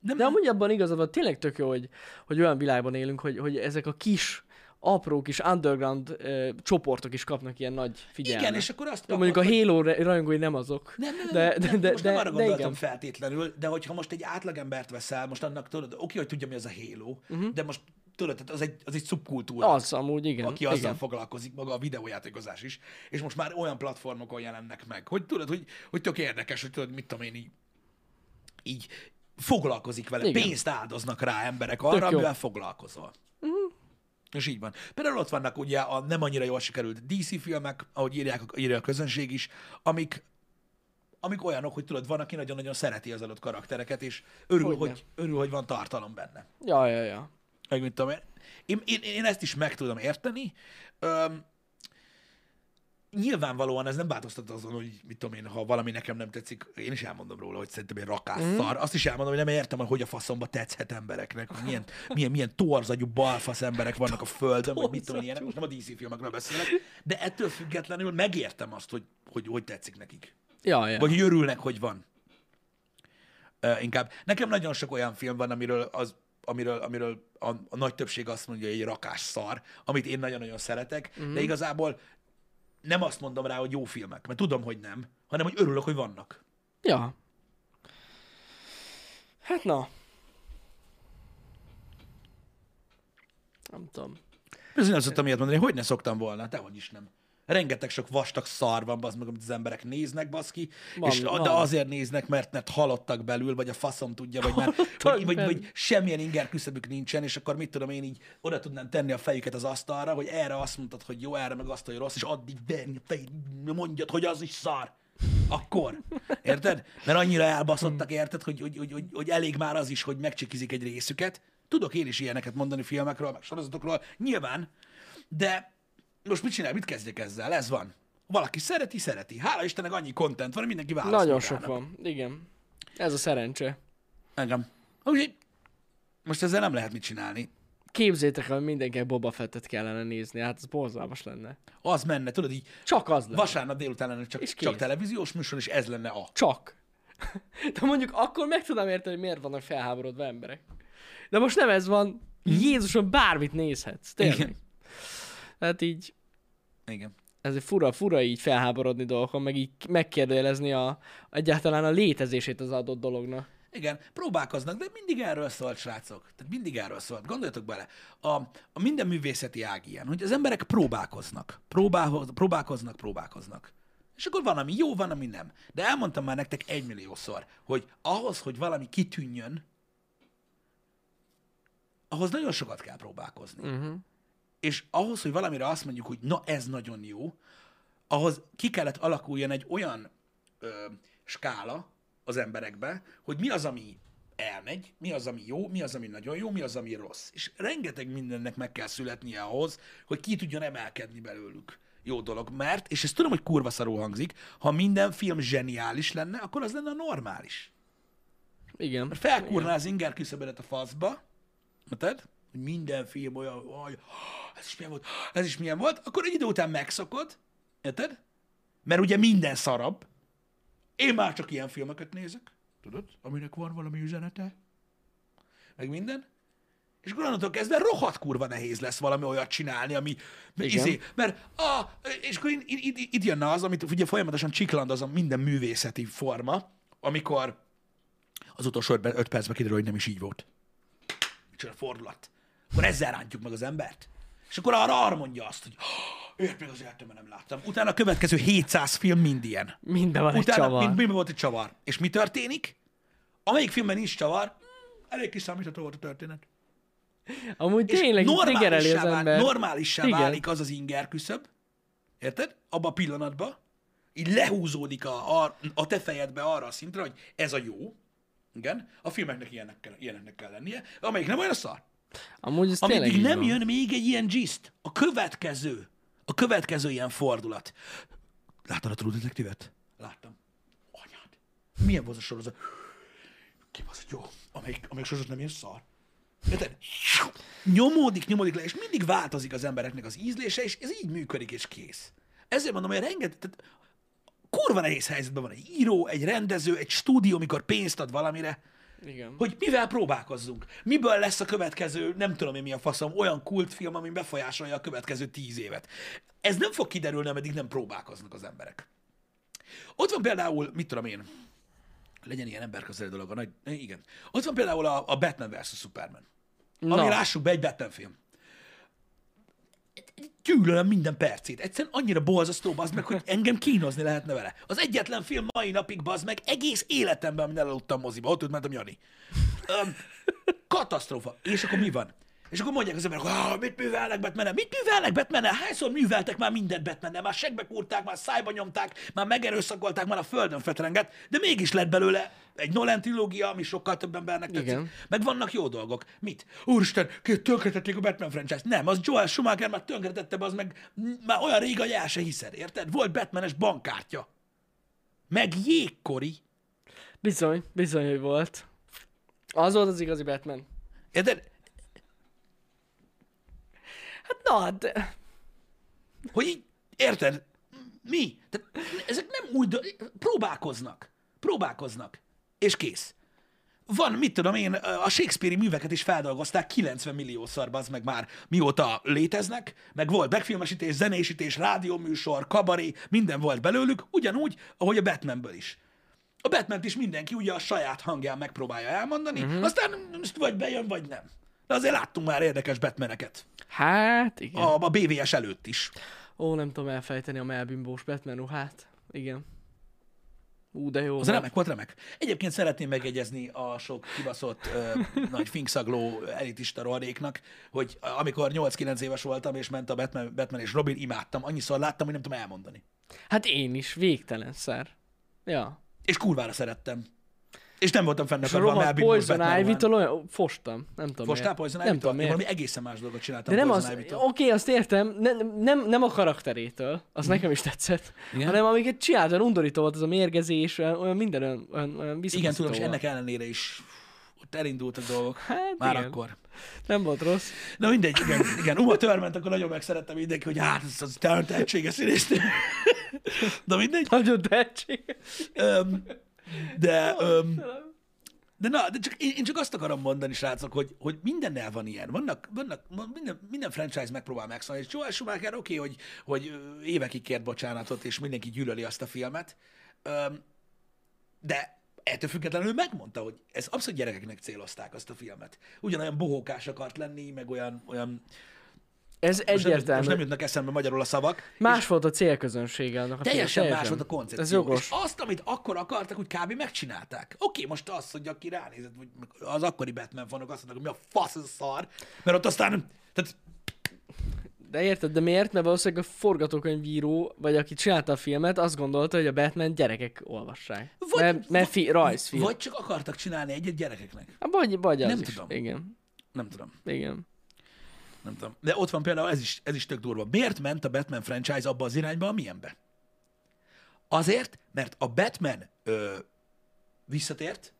[SPEAKER 2] De amúgy abban igazabban tényleg tök jó, hogy, hogy olyan világban élünk, hogy, hogy ezek a kis, apró kis underground ö, csoportok is kapnak ilyen nagy figyelmet.
[SPEAKER 3] igen, és akkor azt
[SPEAKER 2] Jó, mondjuk a Halo re- rajongói nem azok.
[SPEAKER 3] Nem, nem,
[SPEAKER 2] de,
[SPEAKER 3] nem,
[SPEAKER 2] de,
[SPEAKER 3] nem,
[SPEAKER 2] de,
[SPEAKER 3] most
[SPEAKER 2] de,
[SPEAKER 3] nem arra
[SPEAKER 2] de
[SPEAKER 3] gondoltam
[SPEAKER 2] igen.
[SPEAKER 3] feltétlenül, de hogyha most egy átlagembert veszel, most annak tudod, oké, hogy tudja, mi az a Halo, uh-huh. de most tudod, tehát az egy, az egy szubkultúra.
[SPEAKER 2] Mhm. Az amúgy, igen.
[SPEAKER 3] aki azzal
[SPEAKER 2] igen.
[SPEAKER 3] foglalkozik, maga a videójátékozás is, és most már olyan platformokon jelennek meg, hogy tudod, hogy, hogy tök érdekes, hogy tudod, mit tudom én így, így foglalkozik vele,
[SPEAKER 2] Igen.
[SPEAKER 3] pénzt áldoznak rá emberek arra,
[SPEAKER 2] jó. Mhm.
[SPEAKER 3] amivel foglalkozol. És így van. Például ott vannak ugye a nem annyira jól sikerült DC filmek, ahogy írják, írja a közönség is, amik, amik olyanok, hogy tudod, van, aki nagyon-nagyon szereti az adott karaktereket, és örül,
[SPEAKER 2] Hogyne.
[SPEAKER 3] hogy, örül hogy van tartalom benne
[SPEAKER 2] Ja, ja, ja.
[SPEAKER 3] meg mit tudom én. Én, én, én ezt is meg tudom érteni. Öm, nyilvánvalóan ez nem változtat azon, hogy mit tudom én, ha valami nekem nem tetszik, én is elmondom róla, hogy szerintem én rakás mm. szar. Azt is elmondom, hogy nem értem, hogy hogy a faszomba tetszhet embereknek, hogy milyen, milyen, milyen torzagyú balfasz emberek vannak a földön, vagy mit tudom én, ilyenek. most nem a DC filmekről beszélek, de ettől függetlenül megértem azt, hogy hogy, hogy tetszik nekik.
[SPEAKER 2] Ja, ja.
[SPEAKER 3] Vagy hogy örülnek, hogy van. Ö, inkább. Nekem nagyon sok olyan film van, amiről, az, amiről, amiről a, a nagy többség azt mondja, hogy egy rakás szar, amit én nagyon-nagyon szeretek, mm. de igazából nem azt mondom rá, hogy jó filmek, mert tudom, hogy nem, hanem, hogy örülök, hogy vannak.
[SPEAKER 2] ja. Hát na. Nem tudom.
[SPEAKER 3] Bizony nem szoktam ilyet mondani, hogy ne szoktam volna, dehogy is nem. Rengeteg sok vastag szar van, bazd meg, amit az emberek néznek, baszki,
[SPEAKER 2] Van,
[SPEAKER 3] és
[SPEAKER 2] van.
[SPEAKER 3] de azért néznek, mert, mert halottak belül, vagy a faszom tudja, vagy már, vagy, vagy,
[SPEAKER 2] belül.
[SPEAKER 3] vagy, semmilyen inger küszöbük nincsen, és akkor mit tudom én így oda tudnám tenni a fejüket az asztalra, hogy erre azt mondtad, hogy jó, erre meg azt, hogy rossz, és addig verni a fejed, mondjad, hogy az is szar. Akkor. Érted? Mert annyira elbaszottak, érted, hogy, hogy, hogy, hogy, hogy elég már az is, hogy megcsikizik egy részüket. Tudok én is ilyeneket mondani filmekről, meg sorozatokról, nyilván, de most mit csinál, mit kezdjek ezzel? Ez van. Valaki szereti, szereti. Hála Istennek annyi kontent van, hogy mindenki választ.
[SPEAKER 2] Nagyon sok van. Igen. Ez a szerencse.
[SPEAKER 3] Engem. Úgyhogy most ezzel nem lehet mit csinálni.
[SPEAKER 2] Képzétek, hogy mindenkinek Boba Fettet kellene nézni, hát ez borzalmas lenne.
[SPEAKER 3] Az menne, tudod így,
[SPEAKER 2] Csak az lenne.
[SPEAKER 3] vasárnap délután lenne csak,
[SPEAKER 2] És
[SPEAKER 3] csak
[SPEAKER 2] kész.
[SPEAKER 3] televíziós műsor, és ez lenne a.
[SPEAKER 2] Csak. De mondjuk akkor meg tudom érteni, hogy miért vannak felháborodva emberek. De most nem ez van. Jézuson bármit nézhetsz, tényleg.
[SPEAKER 3] Mhm. Igen.
[SPEAKER 2] Hát így,
[SPEAKER 3] Igen.
[SPEAKER 2] ezért fura, fura így felháborodni dolgokon, meg így megkérdőjelezni a, egyáltalán a létezését az adott dolognak.
[SPEAKER 3] Igen, próbálkoznak, de mindig erről szólt, srácok. Tehát mindig erről szólt. Gondoljatok bele, a, a minden művészeti ág ilyen, hogy az emberek próbálkoznak. Próbálhoz, próbálkoznak, próbálkoznak. És akkor van, ami jó, van, ami nem. De elmondtam már nektek egymilliószor, hogy ahhoz, hogy valami kitűnjön, ahhoz nagyon sokat kell próbálkozni. Uh-huh. És ahhoz, hogy valamire azt mondjuk, hogy na ez nagyon jó, ahhoz ki kellett alakuljon egy olyan ö, skála az emberekbe, hogy mi az, ami elmegy, mi az, ami jó, mi az, ami nagyon jó, mi az, ami rossz. És rengeteg mindennek meg kell születnie ahhoz, hogy ki tudjon emelkedni belőlük. Jó dolog, mert, és ezt tudom, hogy kurva szarul hangzik, ha minden film zseniális lenne, akkor az lenne a normális.
[SPEAKER 2] Igen.
[SPEAKER 3] Felkúrná az inger küszöbödet a faszba, érted? Hogy minden film olyan, hogy ez is milyen volt, ez is milyen volt, akkor egy idő után megszokod, érted? Mert ugye minden szarabb. Én már csak ilyen filmeket nézek, tudod, aminek van valami üzenete, meg minden. És akkor onnantól kezdve rohadt kurva nehéz lesz valami olyat csinálni, ami
[SPEAKER 2] Igen.
[SPEAKER 3] izé, mert ah, és akkor itt, itt, itt jönne az, amit ugye folyamatosan csiklandozom minden művészeti forma, a- amikor az utolsó öt- öt percben kiderül, hogy nem is így volt. Micsoda fordulat. Akkor ezzel rántjuk meg az embert. És akkor arra, arra mondja azt, hogy ért meg az életemben nem láttam. Utána a következő 700 film mind ilyen.
[SPEAKER 2] Minden van egy
[SPEAKER 3] Utána
[SPEAKER 2] csavar.
[SPEAKER 3] mind, mind volt egy csavar. És mi történik? Amelyik filmben nincs csavar, mm, elég kiszámítható volt a történet.
[SPEAKER 2] Amúgy tényleg triggereli az
[SPEAKER 3] vál-
[SPEAKER 2] ember.
[SPEAKER 3] normálissá
[SPEAKER 2] Igen.
[SPEAKER 3] válik az az inger küszöb. Érted? Abba a pillanatban. Így lehúzódik a, a, a te fejedbe arra a szintre, hogy ez a jó. Igen. A filmeknek ilyenek kell, ilyeneknek kell lennie. Amelyik nem olyan a szar.
[SPEAKER 2] Amúgy ez tényleg
[SPEAKER 3] Amíg
[SPEAKER 2] így
[SPEAKER 3] nem
[SPEAKER 2] van.
[SPEAKER 3] jön még egy ilyen gist. A következő. A következő ilyen fordulat. Láttad a True Detective-et? Láttam. Anyád. Milyen volt az a sorozat? Ki az, jó. Amelyik, amelyik sorozat nem ilyen szar. Érted? Nyomódik, nyomódik le, és mindig változik az embereknek az ízlése, és ez így működik, és kész. Ezért mondom, hogy rengeteg, tehát kurva nehéz helyzetben van egy író, egy rendező, egy stúdió, mikor pénzt ad valamire,
[SPEAKER 2] Igen.
[SPEAKER 3] hogy mivel próbálkozzunk. Miből lesz a következő, nem tudom én mi a faszom, olyan kultfilm, ami befolyásolja a következő tíz évet. Ez nem fog kiderülni, ameddig nem próbálkoznak az emberek. Ott van például, mit tudom én, legyen ilyen emberközeli dolog, a nagy, igen. Ott van például a, a Batman vs. Superman.
[SPEAKER 2] Na,
[SPEAKER 3] Ami lássuk be, egy Batman film. Gyűlölöm minden percét. Egyszerűen annyira bolzasztó, bazd meg, hogy engem kínozni lehetne vele. Az egyetlen film mai napig, bazd meg, egész életemben, amin elaludtam moziba, ott ült mentem Jani. Öm, katasztrófa. És akkor mi van? És akkor mondják az emberek, hogy mit művelnek batman Mit művelnek batman Hányszor műveltek már mindent batman Már segbe kúrták, már szájba nyomták, már megerőszakolták, már a földön fetrengett, de mégis lett belőle egy Nolan trilógia, ami sokkal több embernek tetszik.
[SPEAKER 2] Igen.
[SPEAKER 3] Meg vannak jó dolgok. Mit? Úristen, ki- tönkretették a Batman franchise-t. Nem, az Joel Schumacher már tönkretette, az meg m- már olyan rég, hogy el se hiszed, érted? Volt Batmanes bankkártya. Meg jégkori.
[SPEAKER 2] bizony, bizony, hogy volt. Az volt az igazi Batman.
[SPEAKER 3] Érted?
[SPEAKER 2] Hát na, de...
[SPEAKER 3] Hogy így, érted? Mi? Tehát ezek nem új, dö- próbálkoznak. Próbálkoznak. És kész. Van, mit tudom én, a Shakespeare-i műveket is feldolgozták 90 milliószor, az meg már mióta léteznek, meg volt megfilmesítés, zenésítés, rádióműsor, kabaré, minden volt belőlük, ugyanúgy, ahogy a Batmanből is. A Batman is mindenki ugye a saját hangján megpróbálja elmondani, uh-huh. aztán ezt vagy bejön, vagy nem. De azért láttunk már érdekes Batmaneket.
[SPEAKER 2] Hát, igen.
[SPEAKER 3] A, a BVS előtt is.
[SPEAKER 2] Ó, nem tudom elfejteni a melbimbós Batman ruhát. Igen. Ú, de jó.
[SPEAKER 3] Az remek volt, remek. Egyébként szeretném megjegyezni a sok kibaszott ö, nagy finkszagló elitista rohadéknak, hogy amikor 8-9 éves voltam, és ment a Batman, Batman és Robin, imádtam. Annyiszor láttam, hogy nem tudom elmondani.
[SPEAKER 2] Hát én is, végtelen szer. Ja.
[SPEAKER 3] És kurvára szerettem. És nem voltam fenn
[SPEAKER 2] És a rohadt Poison
[SPEAKER 3] Ivy-tól.
[SPEAKER 2] Ivy-tól olyan... Fostam. Nem tudom
[SPEAKER 3] Fostál
[SPEAKER 2] miért.
[SPEAKER 3] Poison
[SPEAKER 2] Nem
[SPEAKER 3] Ivy-tól?
[SPEAKER 2] tudom
[SPEAKER 3] Én
[SPEAKER 2] miért.
[SPEAKER 3] valami egészen más dolgot csináltam
[SPEAKER 2] De nem
[SPEAKER 3] Poison
[SPEAKER 2] az, oké,
[SPEAKER 3] Ivy-tól.
[SPEAKER 2] azt értem, ne, nem, nem a karakterétől, az nekem is tetszett,
[SPEAKER 3] Mhm. Igen?
[SPEAKER 2] Igen? hanem amiket csinált, olyan undorító volt az a mérgezés, olyan, olyan minden olyan, olyan, olyan
[SPEAKER 3] Igen, tudom, és
[SPEAKER 2] volt.
[SPEAKER 3] ennek e- ellenére is ott elindultak dolgok.
[SPEAKER 2] Hát
[SPEAKER 3] Már
[SPEAKER 2] igen.
[SPEAKER 3] akkor.
[SPEAKER 2] Nem volt rossz.
[SPEAKER 3] Na mindegy, igen, igen. Uma Törment, akkor nagyon megszerettem mindenki, hogy hát ez az talán tehetséges színésznő. Na mindegy.
[SPEAKER 2] Nagyon tehetséges.
[SPEAKER 3] Öm, de, öm, de na, de csak, én, én csak azt akarom mondani, srácok, hogy, hogy mindennel van ilyen. Vannak, vannak van- minden, minden franchise megpróbál megszólni, és Joel Schumacher oké, okay, hogy, hogy ö, évekig kért bocsánatot, és mindenki gyűlöli azt a filmet, öm, de ettől függetlenül megmondta, hogy ez abszolút gyerekeknek célozták azt a filmet. Ugyanolyan bohókás akart lenni, meg olyan, olyan
[SPEAKER 2] Ez
[SPEAKER 3] most nem, jut-
[SPEAKER 2] egyértelmű.
[SPEAKER 3] most nem jutnak eszembe magyarul a szavak,
[SPEAKER 2] Más volt a célközönsége annak a
[SPEAKER 3] Teljesen,
[SPEAKER 2] filmnek,
[SPEAKER 3] más volt a koncepció.
[SPEAKER 2] Ez jogos.
[SPEAKER 3] És azt, amit akkor akartak, úgy kb. megcsinálták. Oké, most azt, hogy aki ránézett, hogy az akkori Batman fanok azt mondták, hogy mi a fasz ez a szar, mert ott aztán, tehát
[SPEAKER 2] De érted, de miért? Mert valószínűleg a forgatókönyvíró, vagy aki csinálta a filmet, azt gondolta, hogy a Batman gyerekek olvassák.
[SPEAKER 3] Vagy-
[SPEAKER 2] mert, mert fi, rajzfilm.
[SPEAKER 3] vagy csak akartak csinálni egyet gyerekeknek.
[SPEAKER 2] Hát vagy, vagy az
[SPEAKER 3] Nem
[SPEAKER 2] is.
[SPEAKER 3] tudom.
[SPEAKER 2] Igen.
[SPEAKER 3] Nem tudom,
[SPEAKER 2] Igen.
[SPEAKER 3] nem tudom. De ott van például, ez is, ez is tök durva. Miért ment a Batman franchise abba az irányba, amilyenbe? Azért, mert a Batman ö, visszatért,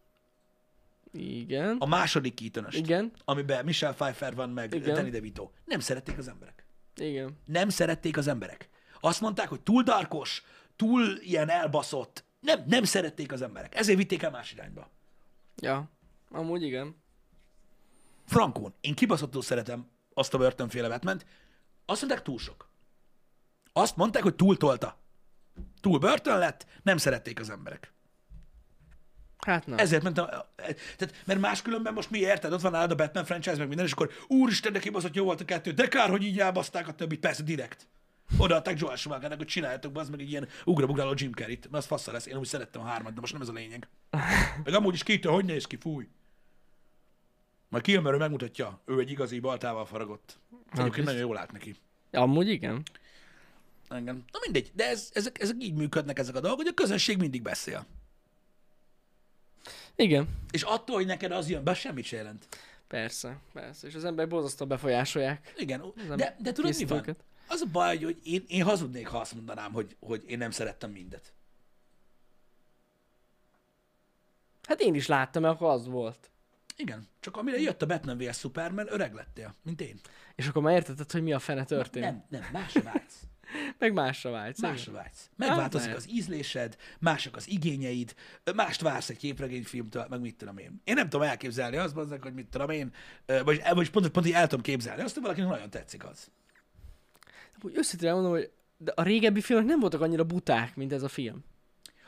[SPEAKER 2] Igen.
[SPEAKER 3] a második keaton
[SPEAKER 2] Igen.
[SPEAKER 3] amiben Michelle Pfeiffer van, meg
[SPEAKER 2] Igen.
[SPEAKER 3] Danny DeVito. Nem szerették az emberek.
[SPEAKER 2] Igen.
[SPEAKER 3] nem szerették az emberek. Azt mondták, hogy túl darkos, túl ilyen elbaszott. Nem, nem szerették az emberek. Ezért vitték el más irányba.
[SPEAKER 2] Ja. Amúgy igen.
[SPEAKER 3] Frankón, én kibaszottul szeretem azt a börtönféle batman Azt mondták, túl sok. Azt mondták, hogy túltolta. Túl börtön lett, nem szerették az emberek.
[SPEAKER 2] Hát nem.
[SPEAKER 3] Ezért mentem, e- tehát, mert máskülönben most mi érted, ott van nálad a Batman franchise, meg minden, és akkor úristen, de kibaszott jó volt a kettő, de kár, hogy így elbaszták a többit, persze direkt. Odaadták Joel Schumachernek, hogy csináljátok be, az meg egy ilyen ugrabugráló Jim Carrey-t, mert az fassa lesz, én úgy szerettem a hármat, de most nem ez a lényeg. Meg amúgy is kitől, hogy néz ki, fúj. Majd kijön, mert ő megmutatja, ő egy igazi baltával faragott. Egyébként nagyon jól állt neki.
[SPEAKER 2] Amúgy igen.
[SPEAKER 3] Engem. Na mindegy, de ez, ezek, ezek így működnek ezek a dolgok, hogy a közönség mindig beszél.
[SPEAKER 2] Igen.
[SPEAKER 3] És attól, hogy neked az jön be, semmit se jelent.
[SPEAKER 2] Persze, persze. És az ember borzasztóan befolyásolják.
[SPEAKER 3] Igen,
[SPEAKER 2] nem
[SPEAKER 3] de, de tudod mi van?
[SPEAKER 2] készítőket.
[SPEAKER 3] Az a baj, hogy- hogy én, én hazudnék, ha azt mondanám, hogy, hogy én nem szerettem mindet.
[SPEAKER 2] Hát én is láttam, mert akkor az volt.
[SPEAKER 3] Igen, csak amire jött a Batman vs. Superman, öreg lettél, mint én.
[SPEAKER 2] És akkor már értetted, hogy mi a fene történt.
[SPEAKER 3] Nem, nem, másra vágysz.
[SPEAKER 2] Meg másra vágysz. igen.
[SPEAKER 3] Másra vágysz. Megváltozik
[SPEAKER 2] Hát,
[SPEAKER 3] az ízlésed, mások az igényeid, mást vársz egy képregényfilmtől, meg mit tudom én. Én nem tudom elképzelni azt, bazzak, hogy mit tudom én, ö, vagy, e, vagy pont, pont így el tudom képzelni azt, hogy valakinek nagyon tetszik az.
[SPEAKER 2] Úgy őszintén mondom, hogy de a régebbi filmek nem voltak annyira buták, mint ez a film.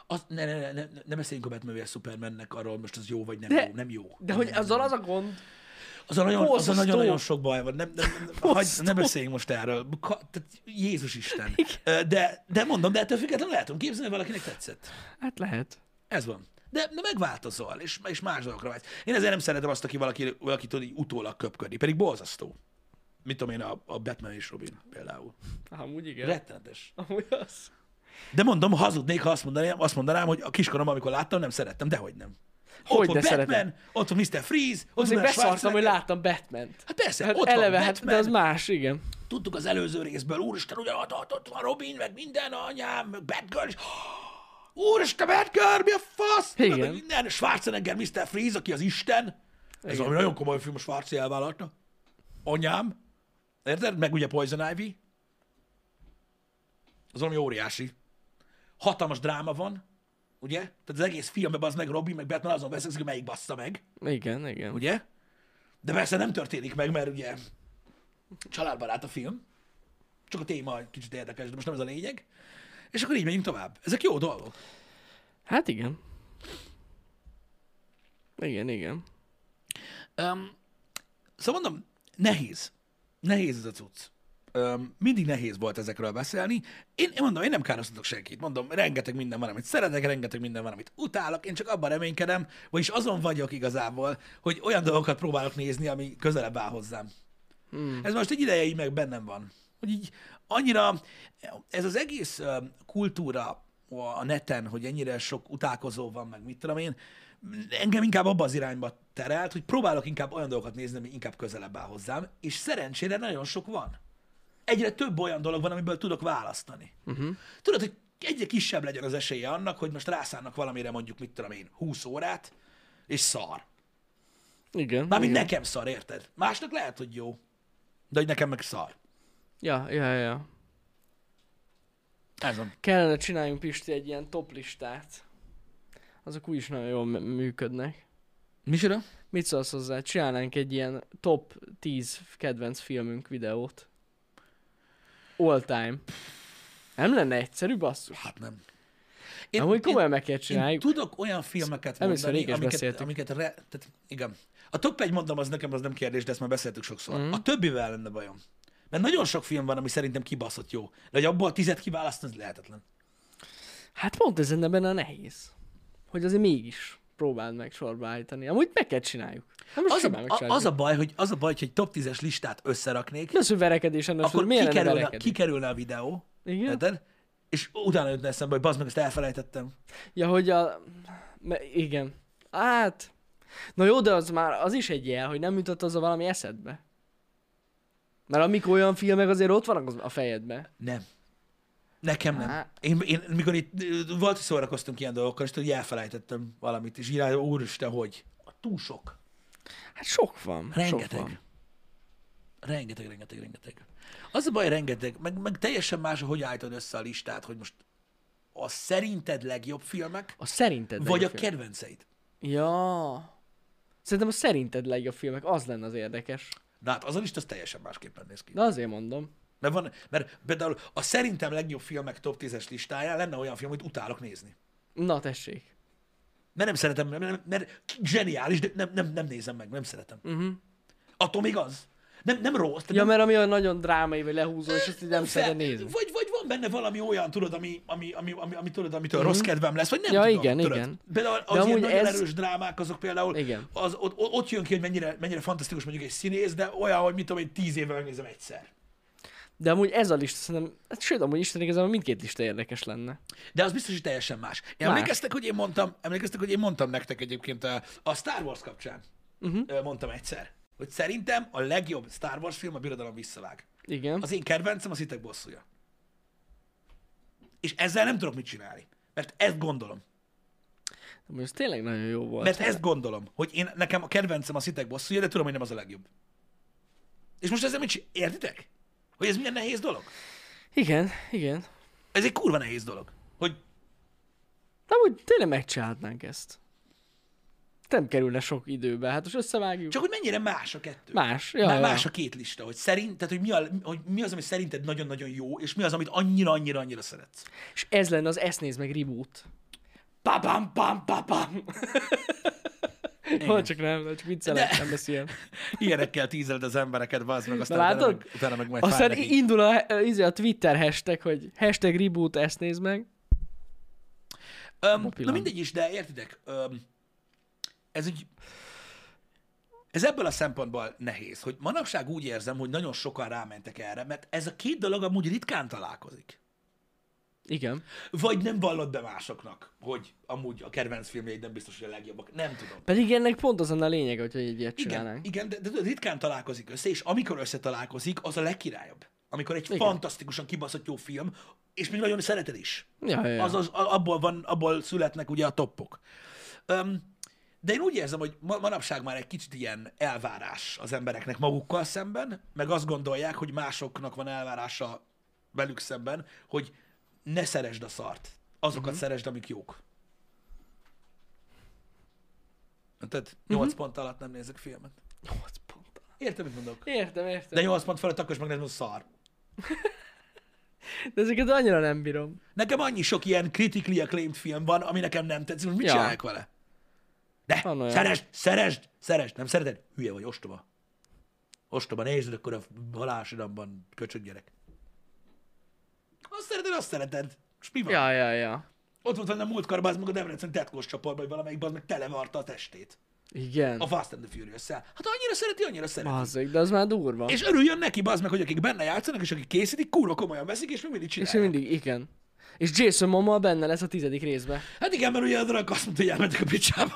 [SPEAKER 3] az ne, ne, ne, ne, ne beszéljünk a Batman vs. Supermannek arról, most az jó vagy nem
[SPEAKER 2] De-
[SPEAKER 3] jó, nem jó.
[SPEAKER 2] De hogy azzal az a gond,
[SPEAKER 3] Az a nagyon, az a
[SPEAKER 2] Borzasztó.
[SPEAKER 3] nagyon, nagyon sok baj van. Nem, nem, nem, hagy,
[SPEAKER 2] Borzasztó.
[SPEAKER 3] ne beszéljünk most erről. Ka, tehát Jézus Isten. Ö, De, de mondom, de ettől függetlenül lehetom képzelni, hogy valakinek tetszett.
[SPEAKER 2] hát lehet.
[SPEAKER 3] Ez van. De, de megváltozol, és, és más dolgokra vágysz. Én ezért nem szeretem azt, aki valaki, valaki tud így utólag köpködni, pedig borzasztó. Mit tudom én, a, a Batman és Robin például.
[SPEAKER 2] Amúgy igen.
[SPEAKER 3] Rettenetes.
[SPEAKER 2] Amúgy az.
[SPEAKER 3] De mondom, hazudnék, ha azt mondanám, azt mondanám hogy a kiskoromban, amikor láttam, nem szerettem, dehogy nem. Ott
[SPEAKER 2] Hogy
[SPEAKER 3] van
[SPEAKER 2] ne
[SPEAKER 3] Batman,
[SPEAKER 2] szeretem?
[SPEAKER 3] ott van Mr. Freeze, ott
[SPEAKER 2] Azért
[SPEAKER 3] van
[SPEAKER 2] beszartam, hogy
[SPEAKER 3] Schwarzenegger.
[SPEAKER 2] láttam Batman-t.
[SPEAKER 3] Hát persze,
[SPEAKER 2] Hát
[SPEAKER 3] ott
[SPEAKER 2] eleve,
[SPEAKER 3] van
[SPEAKER 2] hát,
[SPEAKER 3] Batman,
[SPEAKER 2] de az más, igen.
[SPEAKER 3] tudtuk az előző részből, úristen, ugyanott ott, ott van Robin, meg minden, anyám, meg Batgirl, és úristen, Batgirl, mi a fasz?
[SPEAKER 2] Igen.
[SPEAKER 3] Meg Minden, Schwarzenegger, Mr. Freeze, aki az Isten. Ez
[SPEAKER 2] Igen.
[SPEAKER 3] ami nagyon komoly film, a Schwarzi elvállalta. Anyám. Érted? Meg ugye Poison Ivy. Az valami óriási. Hatalmas dráma van, ugye? Tehát az egész filmben az meg Robin, meg Batman azon veszekszik, hogy melyik bassza meg
[SPEAKER 2] Igen, igen.
[SPEAKER 3] ugye? De persze nem történik meg, mert ugye családbarát a film, csak a téma egy kicsit érdekes, de most nem ez a lényeg. És akkor így megyünk tovább. Ezek jó dolgok.
[SPEAKER 2] Hát igen. Igen, igen.
[SPEAKER 3] Um, szóval mondom, nehéz. Nehéz ez a cucc. Um, mindig nehéz volt ezekről beszélni. Én, én mondom, én nem károsítok senkit. Mondom, rengeteg minden van, amit szeretek, rengeteg minden van, amit utálok. Én csak abban reménykedem, vagyis azon vagyok igazából, hogy olyan dolgokat próbálok nézni, ami közelebb áll hozzám. Hmm. Ez most egy ideje így meg bennem van. Hogy így annyira, ez az egész öm, kultúra a neten, hogy ennyire sok utálkozó van, meg mit tudom én, engem inkább abba az irányba terelt, hogy próbálok inkább olyan dolgokat nézni, ami inkább közelebb áll hozzám, és szerencsére nagyon sok van. Egyre több olyan dolog van, amiből tudok választani. Uh-huh. Tudod, hogy egyre kisebb legyen az esélye annak, hogy most rászánnak valamire mondjuk, mit tudom én, 20 órát, és szar.
[SPEAKER 2] Igen.
[SPEAKER 3] Mármint
[SPEAKER 2] igen.
[SPEAKER 3] nekem szar, érted? Másnak lehet, hogy jó, de hogy nekem meg szar.
[SPEAKER 2] Ja, ja, ja.
[SPEAKER 3] Ez van.
[SPEAKER 2] Kellene csináljunk Pisti egy ilyen top listát. Azok úgy is nagyon jól m- működnek.
[SPEAKER 3] Micsoda?
[SPEAKER 2] Mit szólsz hozzá? Csinálnánk egy ilyen top 10 kedvenc filmünk videót. All time. Nem lenne egyszerű, basszus?
[SPEAKER 3] Hát nem.
[SPEAKER 2] Én, Amúgy komolyan meg kell
[SPEAKER 3] én, én
[SPEAKER 2] csináljuk.
[SPEAKER 3] tudok olyan filmeket
[SPEAKER 2] Emlékszel,
[SPEAKER 3] mondani,
[SPEAKER 2] régen is
[SPEAKER 3] amiket,
[SPEAKER 2] beszéltük.
[SPEAKER 3] amiket re, tehát, igen. A top egy mondom, az nekem az nem kérdés, de ezt már beszéltük sokszor.
[SPEAKER 2] Mhm.
[SPEAKER 3] Mm. A többivel lenne bajom. Mert nagyon sok film van, ami szerintem kibaszott jó. De hogy abból a tizet kiválasztani, az lehetetlen.
[SPEAKER 2] Hát pont ez lenne benne a nehéz. Hogy azért mégis próbáld meg sorba állítani. Amúgy meg kell csináljuk. Hát most
[SPEAKER 3] Az
[SPEAKER 2] simán
[SPEAKER 3] a, a,
[SPEAKER 2] megcsináljuk.
[SPEAKER 3] az a baj, hogy az a baj, hogy egy top 10-es listát összeraknék,
[SPEAKER 2] Mi az, hogy verekedés ennek?
[SPEAKER 3] akkor
[SPEAKER 2] miért lenne
[SPEAKER 3] kikerülne,
[SPEAKER 2] verekedés?
[SPEAKER 3] kikerülne a videó,
[SPEAKER 2] Igen?
[SPEAKER 3] érted? és utána jutna eszembe, hogy bazd meg, ezt elfelejtettem.
[SPEAKER 2] Ja, hogy a... me- Igen. Hát... Na jó, de az már az is egy jel, hogy nem jutott az a valami eszedbe. Mert amik olyan filmek azért ott vannak az- a fejedbe.
[SPEAKER 3] Nem. Nekem nem.
[SPEAKER 2] Á.
[SPEAKER 3] Én, én mikor itt ö, volt, hogy szórakoztunk ilyen dolgokkal, és tudod, hogy elfelejtettem valamit, és irány, úristen, hogy? A túl sok.
[SPEAKER 2] Hát sok van. Sok
[SPEAKER 3] Rengeteg.
[SPEAKER 2] van.
[SPEAKER 3] Rengeteg, rengeteg, rengeteg. Az a baj, rengeteg, meg, meg teljesen más, hogy állítod össze a listát, hogy most a szerinted legjobb filmek,
[SPEAKER 2] A szerinted
[SPEAKER 3] vagy a
[SPEAKER 2] legjobb film.
[SPEAKER 3] kedvenceid.
[SPEAKER 2] Ja. Szerintem a szerinted legjobb filmek, az lenne az érdekes.
[SPEAKER 3] Na hát az a lista az teljesen másképpen néz ki.
[SPEAKER 2] De azért mondom.
[SPEAKER 3] Mert, van, mert például a szerintem legjobb filmek top 10-es listáján lenne olyan film, amit utálok nézni.
[SPEAKER 2] Na tessék.
[SPEAKER 3] Mert nem szeretem, mert, mert, mert zseniális, de nem, nem, nem nézem meg, nem szeretem. Uh-huh. Attól még az. Nem, nem rossz. tehát
[SPEAKER 2] Mhm. Ja,
[SPEAKER 3] nem,
[SPEAKER 2] mert ami olyan nagyon drámai, vagy lehúzó, és azt így nem
[SPEAKER 3] fel-
[SPEAKER 2] szeretne nézni.
[SPEAKER 3] Vagy, vagy van benne valami olyan, tudod, ami, ami, ami, ami, ami tudod, amitől rossz kedvem lesz, vagy nem
[SPEAKER 2] Mhm. Ja,
[SPEAKER 3] tudom.
[SPEAKER 2] igen,
[SPEAKER 3] tudod.
[SPEAKER 2] igen.
[SPEAKER 3] Például az
[SPEAKER 2] De
[SPEAKER 3] ilyen
[SPEAKER 2] amúgy
[SPEAKER 3] nagyon
[SPEAKER 2] ez-
[SPEAKER 3] erős drámák, azok például,
[SPEAKER 2] Igen.
[SPEAKER 3] Az, ott, ott- ott jön ki, hogy mennyire, mennyire fantasztikus mondjuk egy színész, de olyan, hogy mit tudom, én tíz évvel megnézem egyszer.
[SPEAKER 2] De amúgy ez a lista szerintem, hát sőt, amúgy Isten igazából mindkét lista érdekes lenne.
[SPEAKER 3] De az biztos, hogy teljesen más. Én
[SPEAKER 2] Más.
[SPEAKER 3] emlékeztek, hogy én mondtam, emlékeztek, hogy én mondtam nektek egyébként a, a Star Wars kapcsán. Uh-huh. Mondtam egyszer, hogy szerintem a legjobb Star Wars film a Birodalom visszavág.
[SPEAKER 2] Igen.
[SPEAKER 3] Az én kedvencem az hitek bosszúja. És ezzel nem tudok mit csinálni. Mert ezt gondolom.
[SPEAKER 2] Amúgy ez tényleg nagyon jó volt.
[SPEAKER 3] Mert ezt gondolom, hogy én, nekem a kedvencem a szitek bosszúja, de tudom, hogy nem az a legjobb. És most ezzel mit csin- Értitek? Hogy ez milyen nehéz dolog?
[SPEAKER 2] Igen, igen.
[SPEAKER 3] Ez egy kurva nehéz dolog. Hogy
[SPEAKER 2] De amúgy tényleg megcsinálhatnánk ezt. Nem kerülne sok időbe, hát most összevágjuk.
[SPEAKER 3] csak hogy mennyire más a kettő.
[SPEAKER 2] Más, ja,
[SPEAKER 3] Ja,
[SPEAKER 2] ja.
[SPEAKER 3] más a két lista, hogy szerint, tehát hogy mi, a, hogy mi az, ami szerinted nagyon-nagyon jó, és mi az, amit annyira-annyira-annyira szeretsz.
[SPEAKER 2] És ez lenne az Ezt nézd meg reboot.
[SPEAKER 3] Pam, pam, pam, pam.
[SPEAKER 2] Hol csak nem, csak viccelek, nem lesz ilyen.
[SPEAKER 3] Ilyenekkel tízeled az embereket, bazd meg, aztán
[SPEAKER 2] Na
[SPEAKER 3] utána
[SPEAKER 2] látod?
[SPEAKER 3] meg, utána meg majd fáj
[SPEAKER 2] Aztán
[SPEAKER 3] neki.
[SPEAKER 2] indul a, a, izé a Twitter hashtag, hogy hashtag reboot, ezt nézd meg.
[SPEAKER 3] Öm, na
[SPEAKER 2] pillanat.
[SPEAKER 3] mindegy is, de értitek, öm, ez egy... Ez ebből a szempontból nehéz, hogy manapság úgy érzem, hogy nagyon sokan rámentek erre, mert ez a két dolog amúgy ritkán találkozik.
[SPEAKER 2] Igen.
[SPEAKER 3] Vagy nem vallod be másoknak, hogy amúgy a kedvenc filmjeid nem biztos, hogy a legjobbak. Nem tudom.
[SPEAKER 2] Pedig ennek pont az lenne a lényeg, hogy egy ilyet
[SPEAKER 3] Igen,
[SPEAKER 2] csinálnánk.
[SPEAKER 3] igen de, de tudod, ritkán találkozik össze, és amikor összetalálkozik, az a legkirályabb. Amikor egy
[SPEAKER 2] Igen.
[SPEAKER 3] igen. fantasztikusan kibaszott jó film, és még nagyon szereted is.
[SPEAKER 2] Ja, ja, ja.
[SPEAKER 3] Azaz, a- abból, van, abból születnek ugye a toppok. Um, de én úgy érzem, hogy ma, manapság már egy kicsit ilyen elvárás az embereknek magukkal szemben, meg azt gondolják, hogy másoknak van elvárása velük szemben, hogy ne szeresd a szart. Azokat uh-huh. szeresd, amik jók. Tehát 8 uh-huh. pont alatt nem nézek filmet.
[SPEAKER 2] 8 pont.
[SPEAKER 3] Értem, mit mondok.
[SPEAKER 2] Értem, értem.
[SPEAKER 3] De
[SPEAKER 2] De,
[SPEAKER 3] 8 pont fölött akkor is megnézem, hogy szar.
[SPEAKER 2] De ezeket annyira nem bírom.
[SPEAKER 3] Nekem annyi sok ilyen critically acclaimed film van, ami nekem nem tetszik, most mit
[SPEAKER 2] Ja.
[SPEAKER 3] ja. csinálják vele? De,
[SPEAKER 2] Van olyan.
[SPEAKER 3] szeresd, szeresd, szeresd, nem szereted? Hülye vagy, ostoba. Ostoba, nézd, akkor a halásidamban köcsög gyerek. Azt szereted, azt szereted. És mi van? Ja.
[SPEAKER 2] Ja, ja, ja.
[SPEAKER 3] Ott volt velem múltkor, az meg a Debrecen tetkós csoportban, vagy valamelyik, az meg televarta a testét.
[SPEAKER 2] Igen.
[SPEAKER 3] A Fast and the furious -szel. Hát ha annyira szereti, annyira szereti.
[SPEAKER 2] Bazzeg, de az már durva. És,
[SPEAKER 3] És örüljön neki, bazd meg, hogy akik benne játszanak, és akik készítik, kurva komolyan veszik, és még mindig
[SPEAKER 2] és
[SPEAKER 3] csinálják.
[SPEAKER 2] ő mindig, igen. És Jason Momoa benne lesz a tizedik részben.
[SPEAKER 3] Hát igen, mert ugye a drag azt mondta, hogy elmentek a picsába.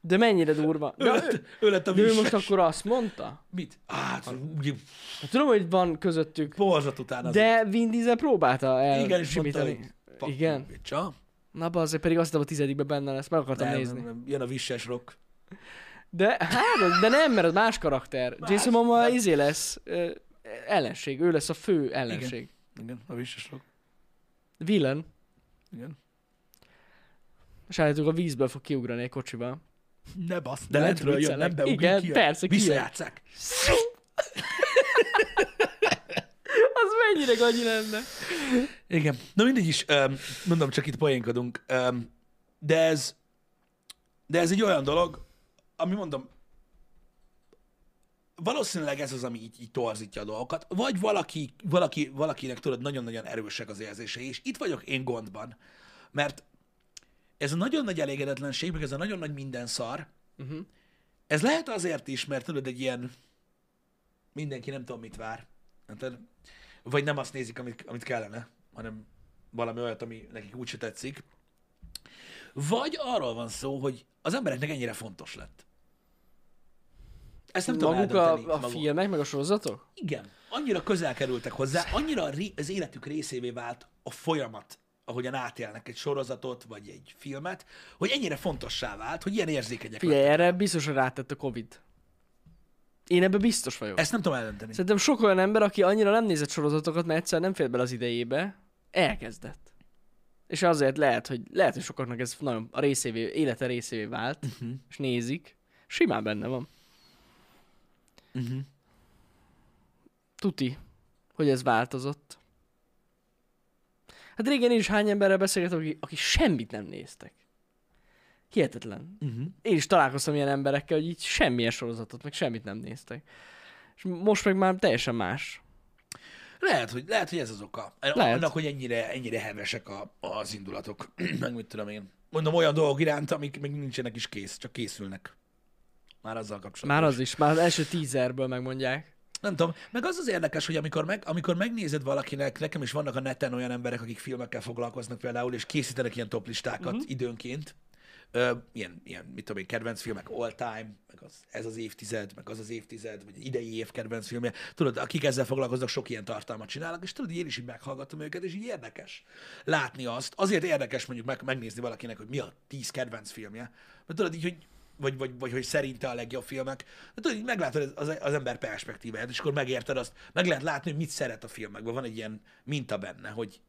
[SPEAKER 2] De mennyire durva.
[SPEAKER 3] Ő,
[SPEAKER 2] De,
[SPEAKER 3] lett, ő lett a
[SPEAKER 2] de ő
[SPEAKER 3] vízes.
[SPEAKER 2] most akkor azt mondta?
[SPEAKER 3] Mit? Hát, ugye,
[SPEAKER 2] Hát tudom, hogy van közöttük.
[SPEAKER 3] borzat után az.
[SPEAKER 2] De Vin Diesel próbálta el
[SPEAKER 3] igen, és mondta,
[SPEAKER 2] simítani.
[SPEAKER 3] hogy fuck
[SPEAKER 2] Igen.
[SPEAKER 3] you, bitch, ha?
[SPEAKER 2] Na bazzik, pedig azt hittem a tizedikben benne lesz, meg akartam
[SPEAKER 3] Nem,
[SPEAKER 2] nézni.
[SPEAKER 3] nem, nem, jön a visses rock.
[SPEAKER 2] De hát, az- de nem, mert az más karakter. Más, Jason Momoa
[SPEAKER 3] de-
[SPEAKER 2] izé lesz ö, ellenség, ő lesz a fő ellenség. Igen.
[SPEAKER 3] Igen, a visses rock.
[SPEAKER 2] Villain.
[SPEAKER 3] Igen.
[SPEAKER 2] És állítólag a vízből fog kiugrani egy kocsival.
[SPEAKER 3] Ne basz, de
[SPEAKER 2] Nem
[SPEAKER 3] lentről jön,
[SPEAKER 2] viccelek.
[SPEAKER 3] nem beugrik,
[SPEAKER 2] Igen,
[SPEAKER 3] kijön.
[SPEAKER 2] persze, kijön.
[SPEAKER 3] Visszajátszák.
[SPEAKER 2] Az mennyire gagyi lenne?
[SPEAKER 3] Igen. Na mindegy is, öm, mondom, csak itt poénkodunk. Öm, de ez, de ez egy olyan dolog, ami mondom, valószínűleg ez az, ami így, így torzítja a dolgokat, vagy valaki, valaki, valakinek tudod, nagyon-nagyon erősek az érzései, és itt vagyok én gondban, mert ez a nagyon nagy elégedetlenség, meg ez a nagyon nagy minden szar, uh-huh.
[SPEAKER 2] Mhm.
[SPEAKER 3] ez lehet azért is, mert tudod, egy ilyen mindenki nem tudom, mit vár. Érted? Vagy nem azt nézik, amit, amit kellene, hanem valami olyat, ami nekik úgyse tetszik. Vagy arról van szó, hogy az embereknek ennyire fontos lett. Ezt nem tudom
[SPEAKER 2] Maguk
[SPEAKER 3] eldönteni
[SPEAKER 2] a, a filmek, meg a sorozatok?
[SPEAKER 3] igen, annyira közel kerültek hozzá, annyira a ré- az életük részévé vált a folyamat, ahogyan átélnek egy sorozatot, vagy egy filmet, hogy ennyire fontossá vált, hogy ilyen érzékenyek
[SPEAKER 2] Figyelj,
[SPEAKER 3] lettek.
[SPEAKER 2] erre biztosan rátett a Covid. Én ebben biztos vagyok.
[SPEAKER 3] Ezt nem tudom eldönteni.
[SPEAKER 2] Szerintem sok olyan ember, aki annyira nem nézett sorozatokat, mert egyszer nem fér bele az idejébe, elkezdett. És azért lehet, hogy lehet, hogy sokaknak ez nagyon a részévé, élete részévé vált, uh-huh. és nézik. Simán benne van.
[SPEAKER 3] Uh-huh.
[SPEAKER 2] Tuti, hogy ez változott. Hát régen én is hány emberrel beszélgetem, aki, aki semmit nem néztek. Hihetetlen. Uh-huh. Én is találkoztam ilyen emberekkel, hogy így semmilyen sorozatot, meg semmit nem néztek. És most meg már teljesen más.
[SPEAKER 3] Lehet, hogy, lehet, hogy ez az oka. Lehet.
[SPEAKER 2] Lehet.
[SPEAKER 3] Annak, hogy ennyire, ennyire hevesek a, az indulatok. meg mit tudom én. Mondom, olyan dolgok iránt, amik még nincsenek is kész, csak készülnek. Már azzal kapcsolatban.
[SPEAKER 2] Már az is, már az első tízerből megmondják.
[SPEAKER 3] Nem tudom, meg az az érdekes, hogy amikor, meg, amikor megnézed valakinek, nekem is vannak a neten olyan emberek, akik filmekkel foglalkoznak például, és készítenek ilyen toplistákat uh-huh. időnként, Ö, ilyen, ilyen, mit tudom én, kedvenc filmek all time, meg az, ez az évtized, meg az az évtized, vagy idei év kedvenc filmje. Tudod, akik ezzel foglalkoznak, sok ilyen tartalmat csinálnak, és tudod, én is így meghallgatom őket, és így érdekes látni azt. Azért érdekes mondjuk meg, megnézni valakinek, hogy mi a tíz kedvenc filmje. Mert tudod így, hogy vagy, vagy, vagy hogy szerinte a legjobb filmek. De tudod, így meglátod az, az, az ember perspektíváját, és akkor megérted azt, meg lehet látni, hogy mit szeret a filmekben. Van egy ilyen minta benne, hogy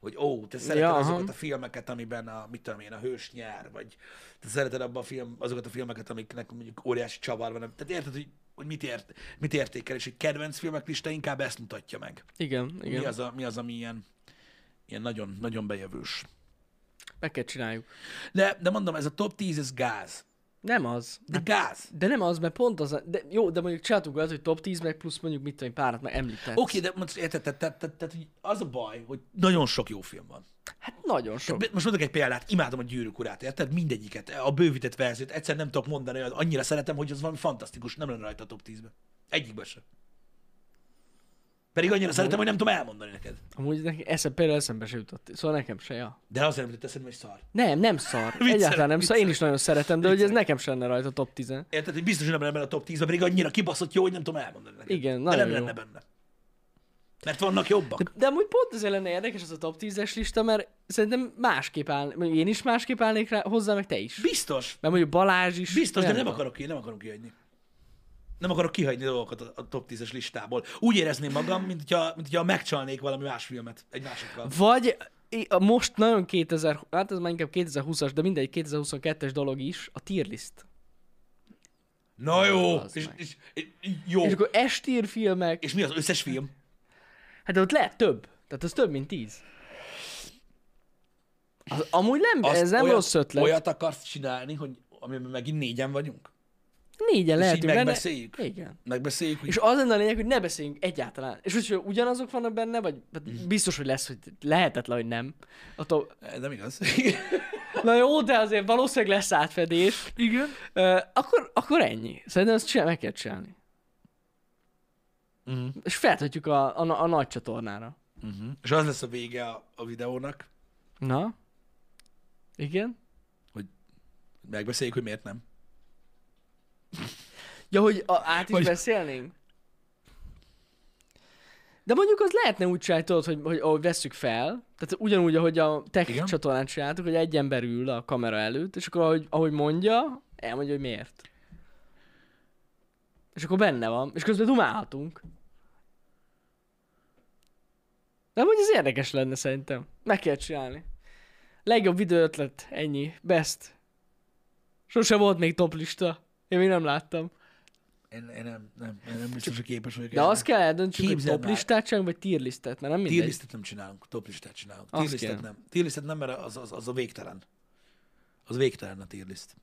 [SPEAKER 3] hogy ó, te szereted ja,
[SPEAKER 2] aha.
[SPEAKER 3] azokat a filmeket, amiben a, mit tudom én, a hős nyer, vagy te szereted abban a film, azokat a filmeket, amiknek mondjuk óriási csavar van. Tehát érted, hogy, hogy mit, ért, mit értékel, és egy kedvenc filmek lista inkább ezt mutatja meg.
[SPEAKER 2] Igen, igen.
[SPEAKER 3] Mi az, a, mi az, ami ilyen, ilyen nagyon, nagyon bejövős.
[SPEAKER 2] Meg kell csináljuk.
[SPEAKER 3] De, de mondom, ez a top 10, ez gáz.
[SPEAKER 2] Nem az.
[SPEAKER 3] De gáz.
[SPEAKER 2] De nem az, mert pont az, de jó, de mondjuk csináltuk olyat, hogy top 10 meg plusz mondjuk mit tudom, én, párat meg említett.
[SPEAKER 3] Oké, de most érted, tehát, tehát, tehát, tehát hogy az a baj, hogy nagyon sok jó film van.
[SPEAKER 2] Hát nagyon sok.
[SPEAKER 3] Be- Most mondok egy példát, imádom a gyűrűk urát, érted? Mindegyiket, a bővített verziót, egyszer nem tudok mondani, olyan- annyira szeretem, hogy az valami fantasztikus, nem lenne rajta a top 10-ben. Egyikben sem. Pedig annyira szeretem, hogy nem tudom elmondani neked.
[SPEAKER 2] Amúgy neki eszem, például eszembe se jutott. Szóval nekem se, ja.
[SPEAKER 3] De azért nem jutott eszedbe, hogy szar.
[SPEAKER 2] Nem, nem szar. Egyáltalán nem szar. Én is nagyon szeretem, de hogy ez nekem sem lenne rajta top 10.
[SPEAKER 3] Érted, hogy biztos, hogy nem lenne benne a top 10-ben, pedig annyira kibaszott jó, hogy nem tudom elmondani neked.
[SPEAKER 2] Igen,
[SPEAKER 3] De nem
[SPEAKER 2] nagyon
[SPEAKER 3] lenne
[SPEAKER 2] jó.
[SPEAKER 3] benne. Mert vannak jobbak.
[SPEAKER 2] De, de amúgy pont ezért lenne érdekes az a top 10-es lista, mert szerintem másképp áll, mondjuk én is másképp állnék rá, hozzá, meg te is.
[SPEAKER 3] Biztos,
[SPEAKER 2] Mert mondjuk Balázs is.
[SPEAKER 3] Biztos, de
[SPEAKER 2] olyan
[SPEAKER 3] nem
[SPEAKER 2] van.
[SPEAKER 3] akarok, ki- nem akarok kihagyni. Nem akarok kihagyni dolgokat a, a top 10-es listából. Úgy érezném magam, mint hogyha, mint hogyha megcsalnék valami más filmet egy másikkal.
[SPEAKER 2] Vagy i- a most nagyon 2000, hát ez már inkább 2020-as, de mindegy 2022-es dolog is, a tier list.
[SPEAKER 3] Na jó!
[SPEAKER 2] Az
[SPEAKER 3] És,
[SPEAKER 2] meg.
[SPEAKER 3] és, és, jó!
[SPEAKER 2] És akkor S tier filmek,
[SPEAKER 3] És mi az összes film?
[SPEAKER 2] hát de ott lehet több. Tehát az több, mint 10. Az, amúgy nem,
[SPEAKER 3] Azt
[SPEAKER 2] ez nem
[SPEAKER 3] olyat,
[SPEAKER 2] rossz ötlet.
[SPEAKER 3] Olyat akarsz csinálni, hogy amiben megint négyen vagyunk?
[SPEAKER 2] Négyen
[SPEAKER 3] És így
[SPEAKER 2] lehetünk benne.
[SPEAKER 3] megbeszéljük?
[SPEAKER 2] Igen.
[SPEAKER 3] Megbeszéljük, hogy...
[SPEAKER 2] És az lenne a lényeg, hogy ne beszéljünk egyáltalán. És úgy, hogy ugyanazok vannak benne, vagy
[SPEAKER 3] Mhm.
[SPEAKER 2] hát biztos, hogy lesz, hogy lehetetlen, hogy nem. Attól...
[SPEAKER 3] Ez Nem igaz.
[SPEAKER 2] Na jó, de azért valószínűleg lesz átfedés.
[SPEAKER 3] Igen.
[SPEAKER 2] Ö, akkor, akkor ennyi. Szerintem ezt csinál, meg kell csinálni.
[SPEAKER 3] Mhm.
[SPEAKER 2] És feltetjük a, a, a nagy csatornára.
[SPEAKER 3] Uh-huh. És az lesz a vége a, a videónak,
[SPEAKER 2] Na? Igen?
[SPEAKER 3] hogy megbeszéljük, hogy miért nem.
[SPEAKER 2] Ja, hogy a, át is
[SPEAKER 3] Vagy-
[SPEAKER 2] Vagy... beszélnénk? De mondjuk az lehetne úgy csinálni, tudod, hogy, hogy ahogy vesszük fel, tehát ugyanúgy, ahogy a tech
[SPEAKER 3] Igen.
[SPEAKER 2] Igen? csatornán csináltuk, hogy egy ember ül a kamera előtt, és akkor ahogy, ahogy mondja, elmondja, hogy miért. És akkor benne van, és közben dumálhatunk. De hogy ez érdekes lenne szerintem. Meg kell csinálni. Legjobb videóötlet, ennyi. Best. Sose volt még top lista. Én még nem láttam.
[SPEAKER 3] Én, én nem, nem, én nem biztos, hogy képes vagyok.
[SPEAKER 2] De azt kell eldöntsük, hogy
[SPEAKER 3] Képzeld
[SPEAKER 2] top
[SPEAKER 3] már.
[SPEAKER 2] listát csináljunk, vagy tier listát, mert nem mindegy. Tier
[SPEAKER 3] Tírlisztet nem csinálunk, toplistát csinálunk.
[SPEAKER 2] Azt
[SPEAKER 3] Tírlisztet
[SPEAKER 2] kéne.
[SPEAKER 3] nem. Tírlisztet nem, mert az, az, az a végtelen. Az végtelen a tírliszt.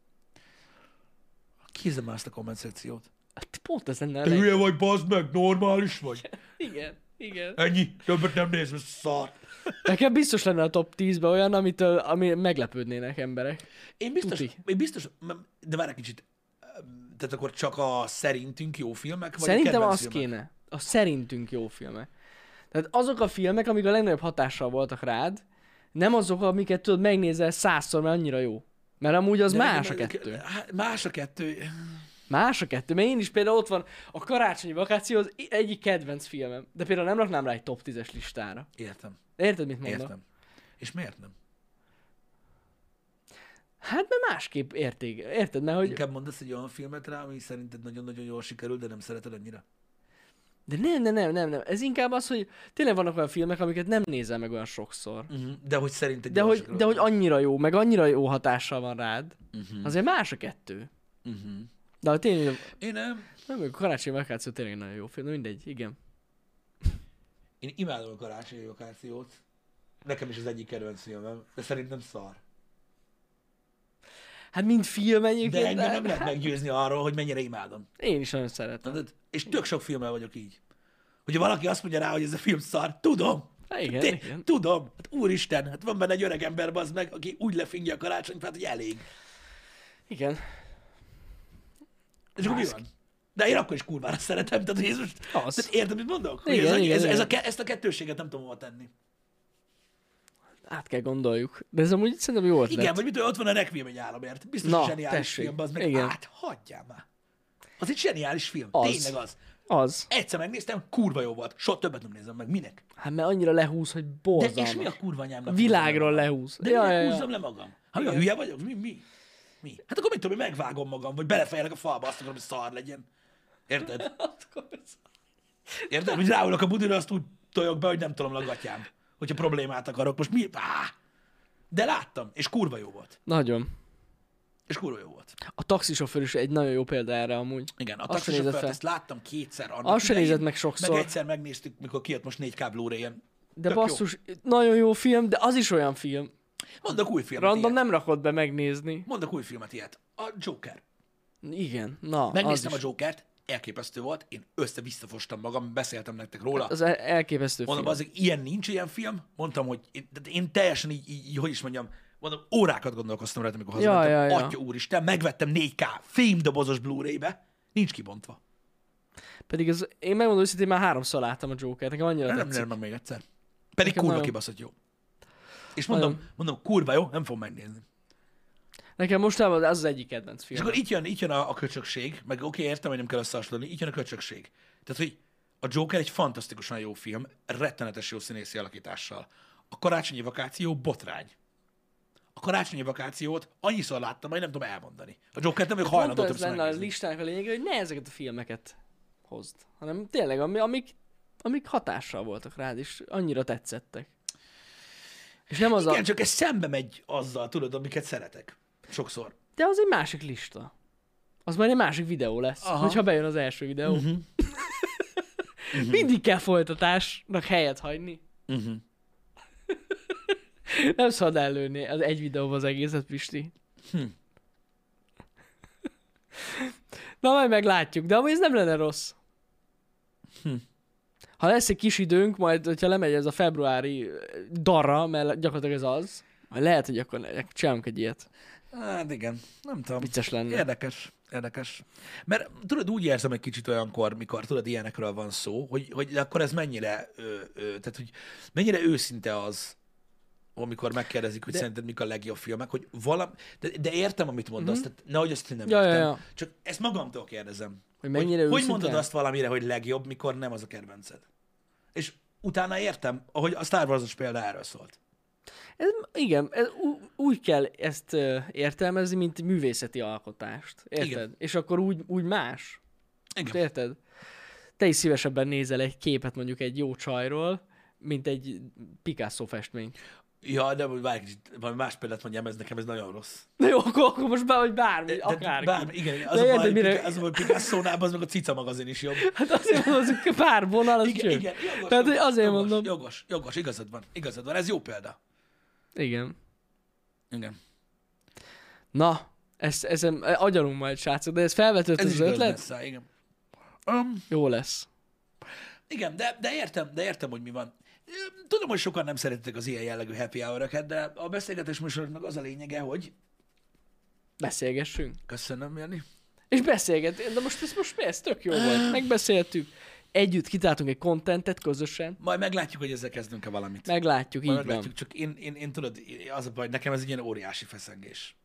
[SPEAKER 3] Kézzem már azt a komment szekciót.
[SPEAKER 2] Hát pont ez lenne a
[SPEAKER 3] Te
[SPEAKER 2] leg...
[SPEAKER 3] hülye vagy, bazd meg, normális vagy.
[SPEAKER 2] Igen, igen.
[SPEAKER 3] Ennyi, többet nem nézve, szar.
[SPEAKER 2] Nekem biztos lenne a top 10-ben olyan, amitől, ami meglepődnének emberek.
[SPEAKER 3] Én biztos,
[SPEAKER 2] Tuti.
[SPEAKER 3] én biztos, m- de várj egy kicsit. Öm, Tehát akkor csak a szerintünk jó filmek, vagy a
[SPEAKER 2] Szerintem
[SPEAKER 3] kedvenc
[SPEAKER 2] az
[SPEAKER 3] filmek?
[SPEAKER 2] kéne. A szerintünk jó filmek. Tehát azok a filmek, amik a legnagyobb hatással voltak rád, nem azok, amiket tudod megnézel százszor, mert annyira jó. Mert amúgy az
[SPEAKER 3] De
[SPEAKER 2] más a
[SPEAKER 3] nekem-
[SPEAKER 2] kettő.
[SPEAKER 3] Hát, Más a kettő.
[SPEAKER 2] Más a kettő, mert én is például ott van a karácsonyi vakáció az i- egyik kedvenc filmem, de például nem raknám rá egy top 10-es listára.
[SPEAKER 3] Értem,
[SPEAKER 2] Érted, mit mondok?
[SPEAKER 3] értem. És miért nem?
[SPEAKER 2] Hát mert másképp érték, érted, mert hogy...
[SPEAKER 3] Inkább mondasz egy olyan filmet rá, ami szerinted nagyon-nagyon jól sikerült, de nem szereted annyira.
[SPEAKER 2] De nem, nem, nem, nem, nem. Ez inkább az, hogy tényleg vannak olyan filmek, amiket nem nézel meg olyan sokszor.
[SPEAKER 3] Uh-huh. De hogy szerinted
[SPEAKER 2] De
[SPEAKER 3] jól
[SPEAKER 2] hogy,
[SPEAKER 3] sikerült.
[SPEAKER 2] de hogy annyira jó, meg annyira jó hatással van rád.
[SPEAKER 3] Mm.
[SPEAKER 2] Uh-huh. Azért más a kettő.
[SPEAKER 3] Uh-huh.
[SPEAKER 2] De hogy tényleg,
[SPEAKER 3] Én nem.
[SPEAKER 2] nem, a karácsonyi vakáció tényleg nagyon jó film, de mindegy, igen.
[SPEAKER 3] Én imádom a karácsonyi vakációt. Nekem is az egyik kedvenc filmem, de szerintem szar.
[SPEAKER 2] Hát mind film
[SPEAKER 3] De
[SPEAKER 2] egyébként.
[SPEAKER 3] engem nem
[SPEAKER 2] De...
[SPEAKER 3] lehet meggyőzni arról, hogy mennyire imádom.
[SPEAKER 2] Én is nagyon szeretem.
[SPEAKER 3] Tudod? És tök sok filmmel vagyok így. Hogyha valaki azt mondja rá, hogy ez a film szar, tudom.
[SPEAKER 2] Há, Hát igen,
[SPEAKER 3] Té-
[SPEAKER 2] igen.
[SPEAKER 3] Tudom. Hát úristen, hát van benne egy öreg ember, az meg, aki úgy lefingja a karácsonyfát, hogy elég.
[SPEAKER 2] Igen.
[SPEAKER 3] És akkor mi van? De én akkor is kurvára szeretem, tehát Jézus,
[SPEAKER 2] Az.
[SPEAKER 3] tehát érted, mit mondok? Hogy
[SPEAKER 2] Igen,
[SPEAKER 3] ez, a,
[SPEAKER 2] igen,
[SPEAKER 3] ez, ez a,
[SPEAKER 2] igen.
[SPEAKER 3] ke- ezt a kettőséget nem tudom hova tenni.
[SPEAKER 2] Át kell gondoljuk. De ez amúgy szerintem jó ötlet.
[SPEAKER 3] Igen, vagy mit, ott van a Requiem egy államért. Biztos,
[SPEAKER 2] Na,
[SPEAKER 3] hogy zseniális
[SPEAKER 2] tessék.
[SPEAKER 3] film, az meg
[SPEAKER 2] Igen.
[SPEAKER 3] át, hagyjál már. Az egy zseniális film,
[SPEAKER 2] Az.
[SPEAKER 3] tényleg az.
[SPEAKER 2] Az.
[SPEAKER 3] Egyszer megnéztem, kurva jó volt. Soha többet nem nézem meg. Minek?
[SPEAKER 2] Hát mert annyira lehúz, hogy
[SPEAKER 3] De
[SPEAKER 2] borzalmas.
[SPEAKER 3] és mi a kurva anyámnak?
[SPEAKER 2] Világról
[SPEAKER 3] húzom le magam?
[SPEAKER 2] lehúz.
[SPEAKER 3] De ja, minek húzzam le magam? Hát mi a hülye vagyok? Mi, mi? Mi? Hát akkor mit tudom, én megvágom magam, vagy belefejelek a falba, azt akarom, hogy szar legyen. Érted? Érted? Hogy ráülök a budira, azt úgy tojok be, hogy nem tudom le a gatyám. Hogyha problémát akarok, most mi? Á! De láttam, és kurva jó volt.
[SPEAKER 2] Nagyon.
[SPEAKER 3] És kurva jó volt.
[SPEAKER 2] A taxisofőr is egy nagyon jó példa erre amúgy.
[SPEAKER 3] Igen, a
[SPEAKER 2] Azt se nézed
[SPEAKER 3] taxisofőrt
[SPEAKER 2] fel.
[SPEAKER 3] ezt láttam kétszer annak
[SPEAKER 2] Azt se
[SPEAKER 3] idején,
[SPEAKER 2] nézed meg sokszor.
[SPEAKER 3] Meg egyszer megnéztük, mikor kijött most 4K Blu-ray-en.
[SPEAKER 2] De
[SPEAKER 3] Tök jó.
[SPEAKER 2] basszus, nagyon jó film, de az is olyan film.
[SPEAKER 3] Mondok új filmet
[SPEAKER 2] Random
[SPEAKER 3] ilyet.
[SPEAKER 2] nem rakod be megnézni.
[SPEAKER 3] Mondok új filmet ilyet. A Joker.
[SPEAKER 2] Igen, na, az
[SPEAKER 3] Megnéztem
[SPEAKER 2] is.
[SPEAKER 3] a Jokert, elképesztő volt, én össze-visszafostam magam, beszéltem nektek róla.
[SPEAKER 2] Az el- elképesztő
[SPEAKER 3] Mondom,
[SPEAKER 2] Hát film.
[SPEAKER 3] az ilyen nincs ilyen film. Mondtam, hogy én, tehát én teljesen így, így, így, hogy is mondjam, mondom, órákat gondolkoztam rajta, amikor
[SPEAKER 2] Ja,
[SPEAKER 3] hazamentem.
[SPEAKER 2] ja, ja.
[SPEAKER 3] Atya úristen, megvettem 4K fémdobozos Blu-ray-be, nincs kibontva.
[SPEAKER 2] Pedig az, én megmondom őszintén, már háromszor láttam a Jokert, nekem annyira
[SPEAKER 3] Nem, nem,
[SPEAKER 2] tetszik.
[SPEAKER 3] nem, nem még egyszer. Pedig
[SPEAKER 2] Nekem
[SPEAKER 3] kurva
[SPEAKER 2] nagyon-
[SPEAKER 3] kibaszott jó. És mondom, mondom, kurva jó, nem fogom megnézni.
[SPEAKER 2] Nekem mostában az az egyik kedvenc
[SPEAKER 3] És
[SPEAKER 2] film.
[SPEAKER 3] akkor itt jön, itt jön a, a köcsökség, meg oké, okay, értem, hogy nem kell összehasonlítani, itt jön a köcsökség. Tehát, hogy a Joker egy fantasztikusan jó film, rettenetes jó színészi alakítással. A karácsonyi vakáció botrány. A karácsonyi vakációt annyiszor láttam, hogy nem tudom elmondani. A Joker nem vagyok
[SPEAKER 2] Pont
[SPEAKER 3] hajlandó
[SPEAKER 2] ez
[SPEAKER 3] többször
[SPEAKER 2] lenne a
[SPEAKER 3] megnézni.
[SPEAKER 2] listának a lényege, hogy ne ezeket a filmeket hozd, hanem tényleg, ami, amik, amik hatással voltak rád, és annyira tetszettek. És nem az
[SPEAKER 3] Igen,
[SPEAKER 2] a...
[SPEAKER 3] csak ez szembe megy azzal, tudod, amiket szeretek. Sokszor.
[SPEAKER 2] De az egy másik lista. Az majd egy másik videó lesz,
[SPEAKER 3] Aha. Mhm.
[SPEAKER 2] Aha. hogyha bejön az első videó. Uh-huh. Mindig kell folytatásnak helyet hagyni.
[SPEAKER 3] Uh-huh.
[SPEAKER 2] Nem szabad előni az egy videóban az egészet, Pisti.
[SPEAKER 3] Hm.
[SPEAKER 2] Na, majd meglátjuk, de amúgy ez nem lenne rossz.
[SPEAKER 3] Hm.
[SPEAKER 2] Ha lesz egy kis időnk, majd, hogyha lemegy ez a februári ö, darra, mert gyakorlatilag ez az, majd lehet, hogy akkor csinálunk egy ilyet.
[SPEAKER 3] Hát igen, nem tudom.
[SPEAKER 2] Vicces lenne.
[SPEAKER 3] Érdekes, érdekes. Mert tudod, úgy érzem egy kicsit olyankor, mikor tudod, ilyenekről van szó, hogy, hogy akkor ez mennyire, ö, ö, tehát hogy mennyire őszinte az, amikor megkérdezik, hogy de... szerinted mik a legjobb filmek, hogy valami, de, de értem, amit mondasz, mm-hmm. tehát nehogy azt én nem
[SPEAKER 2] Mhm. Ja, ja,
[SPEAKER 3] értem,
[SPEAKER 2] ja.
[SPEAKER 3] csak ezt magamtól kérdezem.
[SPEAKER 2] Hogy mennyire
[SPEAKER 3] hogy, hogy
[SPEAKER 2] őszinte?
[SPEAKER 3] mondod azt valamire, hogy legjobb, mikor nem az a kedvenced? És utána értem, ahogy a Star Wars-os példa erről szólt.
[SPEAKER 2] Ez, igen, ez, ú, úgy kell ezt ö, értelmezni, mint egy művészeti alkotást. Érted?
[SPEAKER 3] Igen.
[SPEAKER 2] Igen. És akkor úgy, úgy más.
[SPEAKER 3] Igen.
[SPEAKER 2] Most érted? Te is szívesebben nézel egy képet mondjuk egy jó csajról, mint egy Picasso festmény.
[SPEAKER 3] Ja, de várj, egy kicsit, valami más példát mondjam, ez nekem ez nagyon rossz.
[SPEAKER 2] Na jó, akkor, akkor most bár, hogy bármi, akár.
[SPEAKER 3] Bár, igen, az
[SPEAKER 2] De
[SPEAKER 3] a
[SPEAKER 2] érted,
[SPEAKER 3] baj,
[SPEAKER 2] mire-
[SPEAKER 3] mire... az a baj, Picasso-nál az meg a cica magazin is jobb.
[SPEAKER 2] Hát azért mondom, hogy pár vonal, az
[SPEAKER 3] Igen,
[SPEAKER 2] igen,
[SPEAKER 3] igen, jogos,
[SPEAKER 2] Tehát hogy
[SPEAKER 3] jogos,
[SPEAKER 2] azért
[SPEAKER 3] jogos,
[SPEAKER 2] mondom.
[SPEAKER 3] Jogos, jogos, igazad van, igazad van, ez jó példa.
[SPEAKER 2] Igen.
[SPEAKER 3] Igen.
[SPEAKER 2] Na, ezt, ezen e, agyalunk majd, srácok, de ez felvetődött
[SPEAKER 3] Ez
[SPEAKER 2] ez
[SPEAKER 3] is
[SPEAKER 2] az
[SPEAKER 3] igaz,
[SPEAKER 2] ötlet?
[SPEAKER 3] Nessa, igen. Um,
[SPEAKER 2] Jó lesz.
[SPEAKER 3] igen, de, de értem, de értem, hogy mi van. Üm, Tudom, hogy sokan nem szeretitek az ilyen jellegű happy hour de a beszélgetés műsoroknak az a lényege, hogy...
[SPEAKER 2] Beszélgessünk.
[SPEAKER 3] Köszönöm, Jani.
[SPEAKER 2] És beszélget, de most ez most mi? Ez tök jó volt. Megbeszéltük. Együtt kitáltunk egy kontentet közösen.
[SPEAKER 3] Majd meglátjuk, hogy ezzel kezdünk-e valamit.
[SPEAKER 2] Meglátjuk,
[SPEAKER 3] Majd
[SPEAKER 2] így
[SPEAKER 3] meglátjuk,
[SPEAKER 2] van.
[SPEAKER 3] csak én, én, én tudod, én- az a baj, nekem ez egy ilyen óriási feszengés.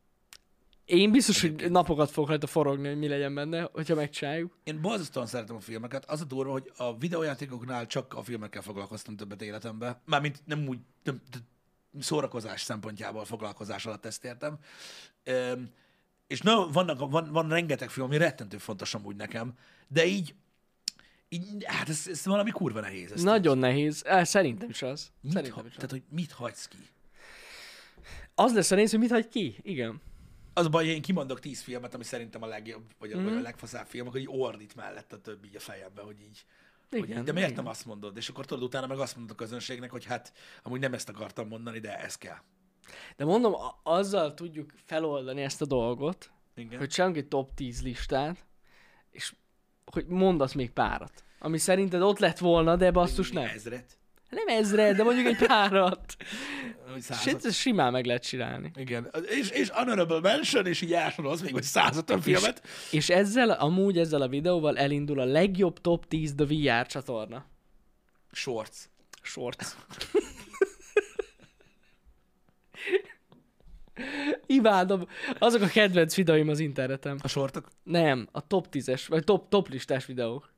[SPEAKER 2] Én biztos, hogy napokat fogok rajta forogni, hogy mi legyen benne, hogyha megcsináljuk.
[SPEAKER 3] Én borzasztóan szeretem a filmeket. Az a durva, hogy a videójátékoknál csak a filmekkel foglalkoztam többet életemben. Mármint nem úgy, nem, nem- szórakozás szempontjából foglalkozás alatt ezt értem. Öm, és na, vannak, van, van rengeteg film, ami rettentő fontos amúgy nekem, de így, így hát ez, ez valami kurva nehéz. Ezt
[SPEAKER 2] Nagyon nehéz. Eh, Szerintem is az.
[SPEAKER 3] mit ha,
[SPEAKER 2] Szerintem is az.
[SPEAKER 3] tehát, hogy mit hagysz ki?
[SPEAKER 2] Az lesz a rész, hogy mit hagy ki. Igen.
[SPEAKER 3] Az a baj, hogy én kimondok tíz filmet, ami szerintem a legjobb, vagy a, mm. vagy
[SPEAKER 2] Mhm.
[SPEAKER 3] a legfaszább film, akkor így ordít mellett a többi így a fejembe, hogy így. Hogy
[SPEAKER 2] Igen,
[SPEAKER 3] így, de miért
[SPEAKER 2] igen.
[SPEAKER 3] nem azt mondod? És akkor tudod, utána meg azt mondod a közönségnek, hogy hát amúgy nem ezt akartam mondani, de ez kell.
[SPEAKER 2] De mondom, a- azzal tudjuk feloldani ezt a dolgot,
[SPEAKER 3] Igen.
[SPEAKER 2] hogy csinálunk egy top 10 listát, és hogy mondasz még párat. Ami szerinted ott lett volna, de basszus nem.
[SPEAKER 3] Ezret.
[SPEAKER 2] Nem ezre, de mondjuk egy párat.
[SPEAKER 3] Vagy
[SPEAKER 2] Sőt,
[SPEAKER 3] százat.
[SPEAKER 2] ez simán meg lehet csinálni.
[SPEAKER 3] Igen. És, és honorable mention, és így az még, hogy százat a filmet.
[SPEAKER 2] És ezzel, amúgy ezzel a videóval elindul a legjobb top 10 The VR csatorna.
[SPEAKER 3] Shorts.
[SPEAKER 2] Shorts. Imádom. Azok a kedvenc videóim az interneten.
[SPEAKER 3] A sortok?
[SPEAKER 2] Nem, a top 10-es, vagy top, top listás videók.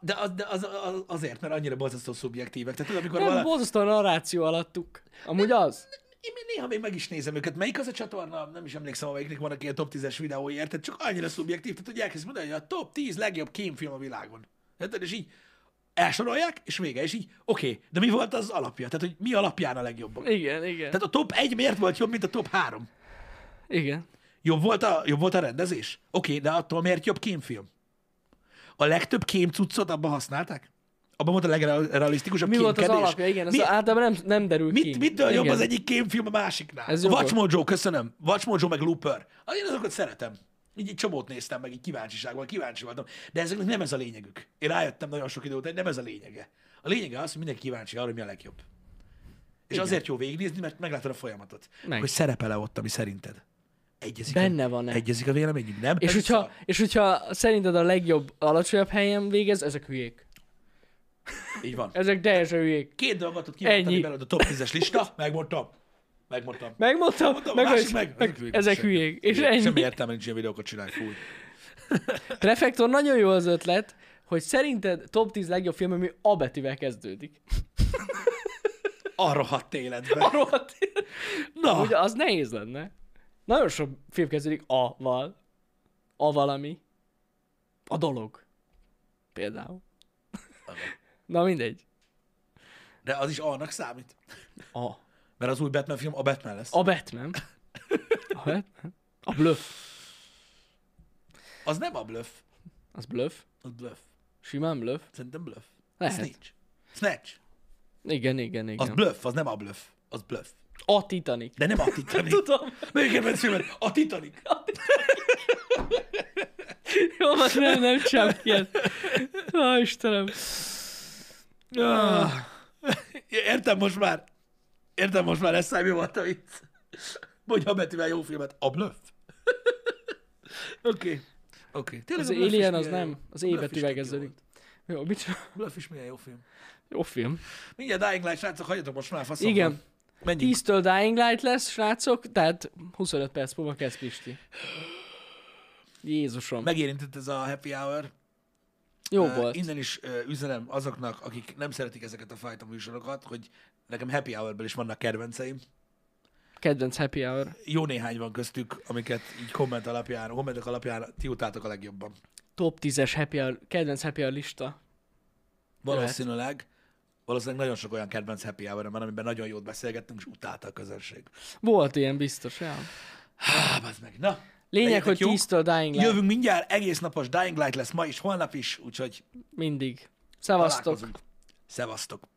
[SPEAKER 3] De, az, de az, az, azért, mert annyira borzasztó szubjektívek. Tehát tudod, amikor
[SPEAKER 2] Nem,
[SPEAKER 3] vala...
[SPEAKER 2] borzasztóan narráció alattuk. Amúgy az.
[SPEAKER 3] Én még néha még meg is nézem őket. Melyik az a csatorna? Nem is emlékszem, amelyiknek vannak ilyen top 10-es videói, érted? Csak annyira szubjektív, tehát hogy elkezd mondani, hogy a top 10 legjobb kémfilm a világon. Érted? És így elsorolják, és vége, és így, oké, okay, de mi volt az alapja? Tehát, hogy mi alapján a legjobb?
[SPEAKER 2] Igen, igen.
[SPEAKER 3] Tehát a top 1 miért volt jobb, mint a top 3?
[SPEAKER 2] Igen.
[SPEAKER 3] Jobb volt a, jobb volt a rendezés? Oké, okay, de attól miért jobb kémfilm? A legtöbb kém cuccot abban használták? Abban volt a legrealisztikusabb
[SPEAKER 2] Mi volt az
[SPEAKER 3] kémkedés?
[SPEAKER 2] alapja? Igen, ez
[SPEAKER 3] Mi-
[SPEAKER 2] Mi... általában nem, nem derül ki.
[SPEAKER 3] Mit, mitől jobb
[SPEAKER 2] Igen.
[SPEAKER 3] az egyik kémfilm a másiknál?
[SPEAKER 2] Ez
[SPEAKER 3] a
[SPEAKER 2] jogos.
[SPEAKER 3] Watch Mojo, köszönöm. Watch Mojo meg Looper. Ah, Én azokat szeretem. Így egy csomót néztem meg, így kíváncsiságban, kíváncsi voltam. De ezeknek nem ez a lényegük. Én rájöttem nagyon sok idő után, nem ez a lényege. A lényege az, hogy mindenki kíváncsi arra, hogy mi a legjobb. És azért jó végignézni, mert meglátod a folyamatot.
[SPEAKER 2] Meg.
[SPEAKER 3] Hogy szerepele ott, ami szerinted. Egyezik
[SPEAKER 2] Benne
[SPEAKER 3] a,
[SPEAKER 2] van-e?
[SPEAKER 3] Egyezik a véleményünk, nem?
[SPEAKER 2] És
[SPEAKER 3] Ez
[SPEAKER 2] hogyha,
[SPEAKER 3] szar.
[SPEAKER 2] és hogyha szerinted a legjobb, alacsonyabb helyen végez, ezek hülyék.
[SPEAKER 3] szóval Így van.
[SPEAKER 2] Ezek teljesen hülyék.
[SPEAKER 3] Két dolgot tud kivontani
[SPEAKER 2] Ennyi.
[SPEAKER 3] belőled a top 10-es lista, megmondtam. Megmondtam.
[SPEAKER 2] Megmondtam,
[SPEAKER 3] Mondtam, a
[SPEAKER 2] meg,
[SPEAKER 3] másik
[SPEAKER 2] hogy
[SPEAKER 3] meg.
[SPEAKER 2] meg, ezek
[SPEAKER 3] semmi-
[SPEAKER 2] hülyék. És
[SPEAKER 3] semmi- Semmi
[SPEAKER 2] ennyi.
[SPEAKER 3] értelme nincs ilyen videókat csinálni, fúj.
[SPEAKER 2] Prefektor, nagyon jó az ötlet, hogy szerinted top 10 legjobb film, ami A betűvel kezdődik.
[SPEAKER 3] A rohadt életben.
[SPEAKER 2] Arról
[SPEAKER 3] Na,
[SPEAKER 2] Ugye az nehéz lenne. Nagyon sok film kezdődik A-val. A valami. A dolog. Például. Na mindegy.
[SPEAKER 3] de az is annak számít.
[SPEAKER 2] A.
[SPEAKER 3] Mert az új Batman film a Batman lesz.
[SPEAKER 2] A Batman. A Batman. A bluff.
[SPEAKER 3] Az nem a bluff.
[SPEAKER 2] Az bluff.
[SPEAKER 3] Az bluff.
[SPEAKER 2] Simán bluff.
[SPEAKER 3] Szerintem bluff.
[SPEAKER 2] Lehet.
[SPEAKER 3] Snitch. Snatch.
[SPEAKER 2] Igen, igen,
[SPEAKER 3] Az
[SPEAKER 2] igen.
[SPEAKER 3] bluff, az nem a bluff. Az bluff.
[SPEAKER 2] A Titanic.
[SPEAKER 3] De nem a Titanic.
[SPEAKER 2] Tudom.
[SPEAKER 3] Melyik kedvenc filmed? A Titanic.
[SPEAKER 2] Jó, most nem, nem csinálok ilyet. Ó, Istenem.
[SPEAKER 3] Ah. Értem most már. Értem most már, eszem jó volt a vicc. Mondj a betűvel jó filmet. A bluff. Oké. Oké. Tényleg
[SPEAKER 2] Az
[SPEAKER 3] a Bluff is
[SPEAKER 2] Alien az
[SPEAKER 3] milyen jó.
[SPEAKER 2] nem. Az
[SPEAKER 3] A
[SPEAKER 2] E
[SPEAKER 3] Bluff is
[SPEAKER 2] betűvel
[SPEAKER 3] tök jó
[SPEAKER 2] kezdődik.
[SPEAKER 3] volt.
[SPEAKER 2] Jó, mit csinál?
[SPEAKER 3] Bluff is milyen jó film.
[SPEAKER 2] Jó film.
[SPEAKER 3] Mindjárt Dying Light, srácok, hagyjatok most már faszomban.
[SPEAKER 2] Igen.
[SPEAKER 3] Menjünk.
[SPEAKER 2] 10-től Dying Light lesz, srácok, tehát 25 perc múlva kezd Pisti. Jézusom.
[SPEAKER 3] Megérintett ez a happy hour.
[SPEAKER 2] Jó
[SPEAKER 3] Ö,
[SPEAKER 2] volt.
[SPEAKER 3] Innen is ö, üzenem azoknak, akik nem szeretik ezeket a fajta műsorokat, hogy nekem happy hour is vannak kedvenceim.
[SPEAKER 2] Kedvenc happy hour.
[SPEAKER 3] Jó néhány van köztük, amiket így komment alapján, kommentek alapján ti utáltok a legjobban.
[SPEAKER 2] Top 10-es happy hour, kedvenc happy hour lista.
[SPEAKER 3] Valószínűleg, valószínűleg nagyon sok olyan kedvenc happy hour van, amiben nagyon jót beszélgettünk, és utálta a közönség.
[SPEAKER 2] Volt ilyen biztos, ja.
[SPEAKER 3] Há, bazd meg. Na,
[SPEAKER 2] Lényeg,
[SPEAKER 3] legyetek
[SPEAKER 2] hogy
[SPEAKER 3] jók.
[SPEAKER 2] 10-től Dying Light.
[SPEAKER 3] Jövünk mindjárt, egész napos Dying Light lesz ma is, holnap is, úgyhogy
[SPEAKER 2] Mindig. Szevasztok.
[SPEAKER 3] találkozunk. Szevasztok.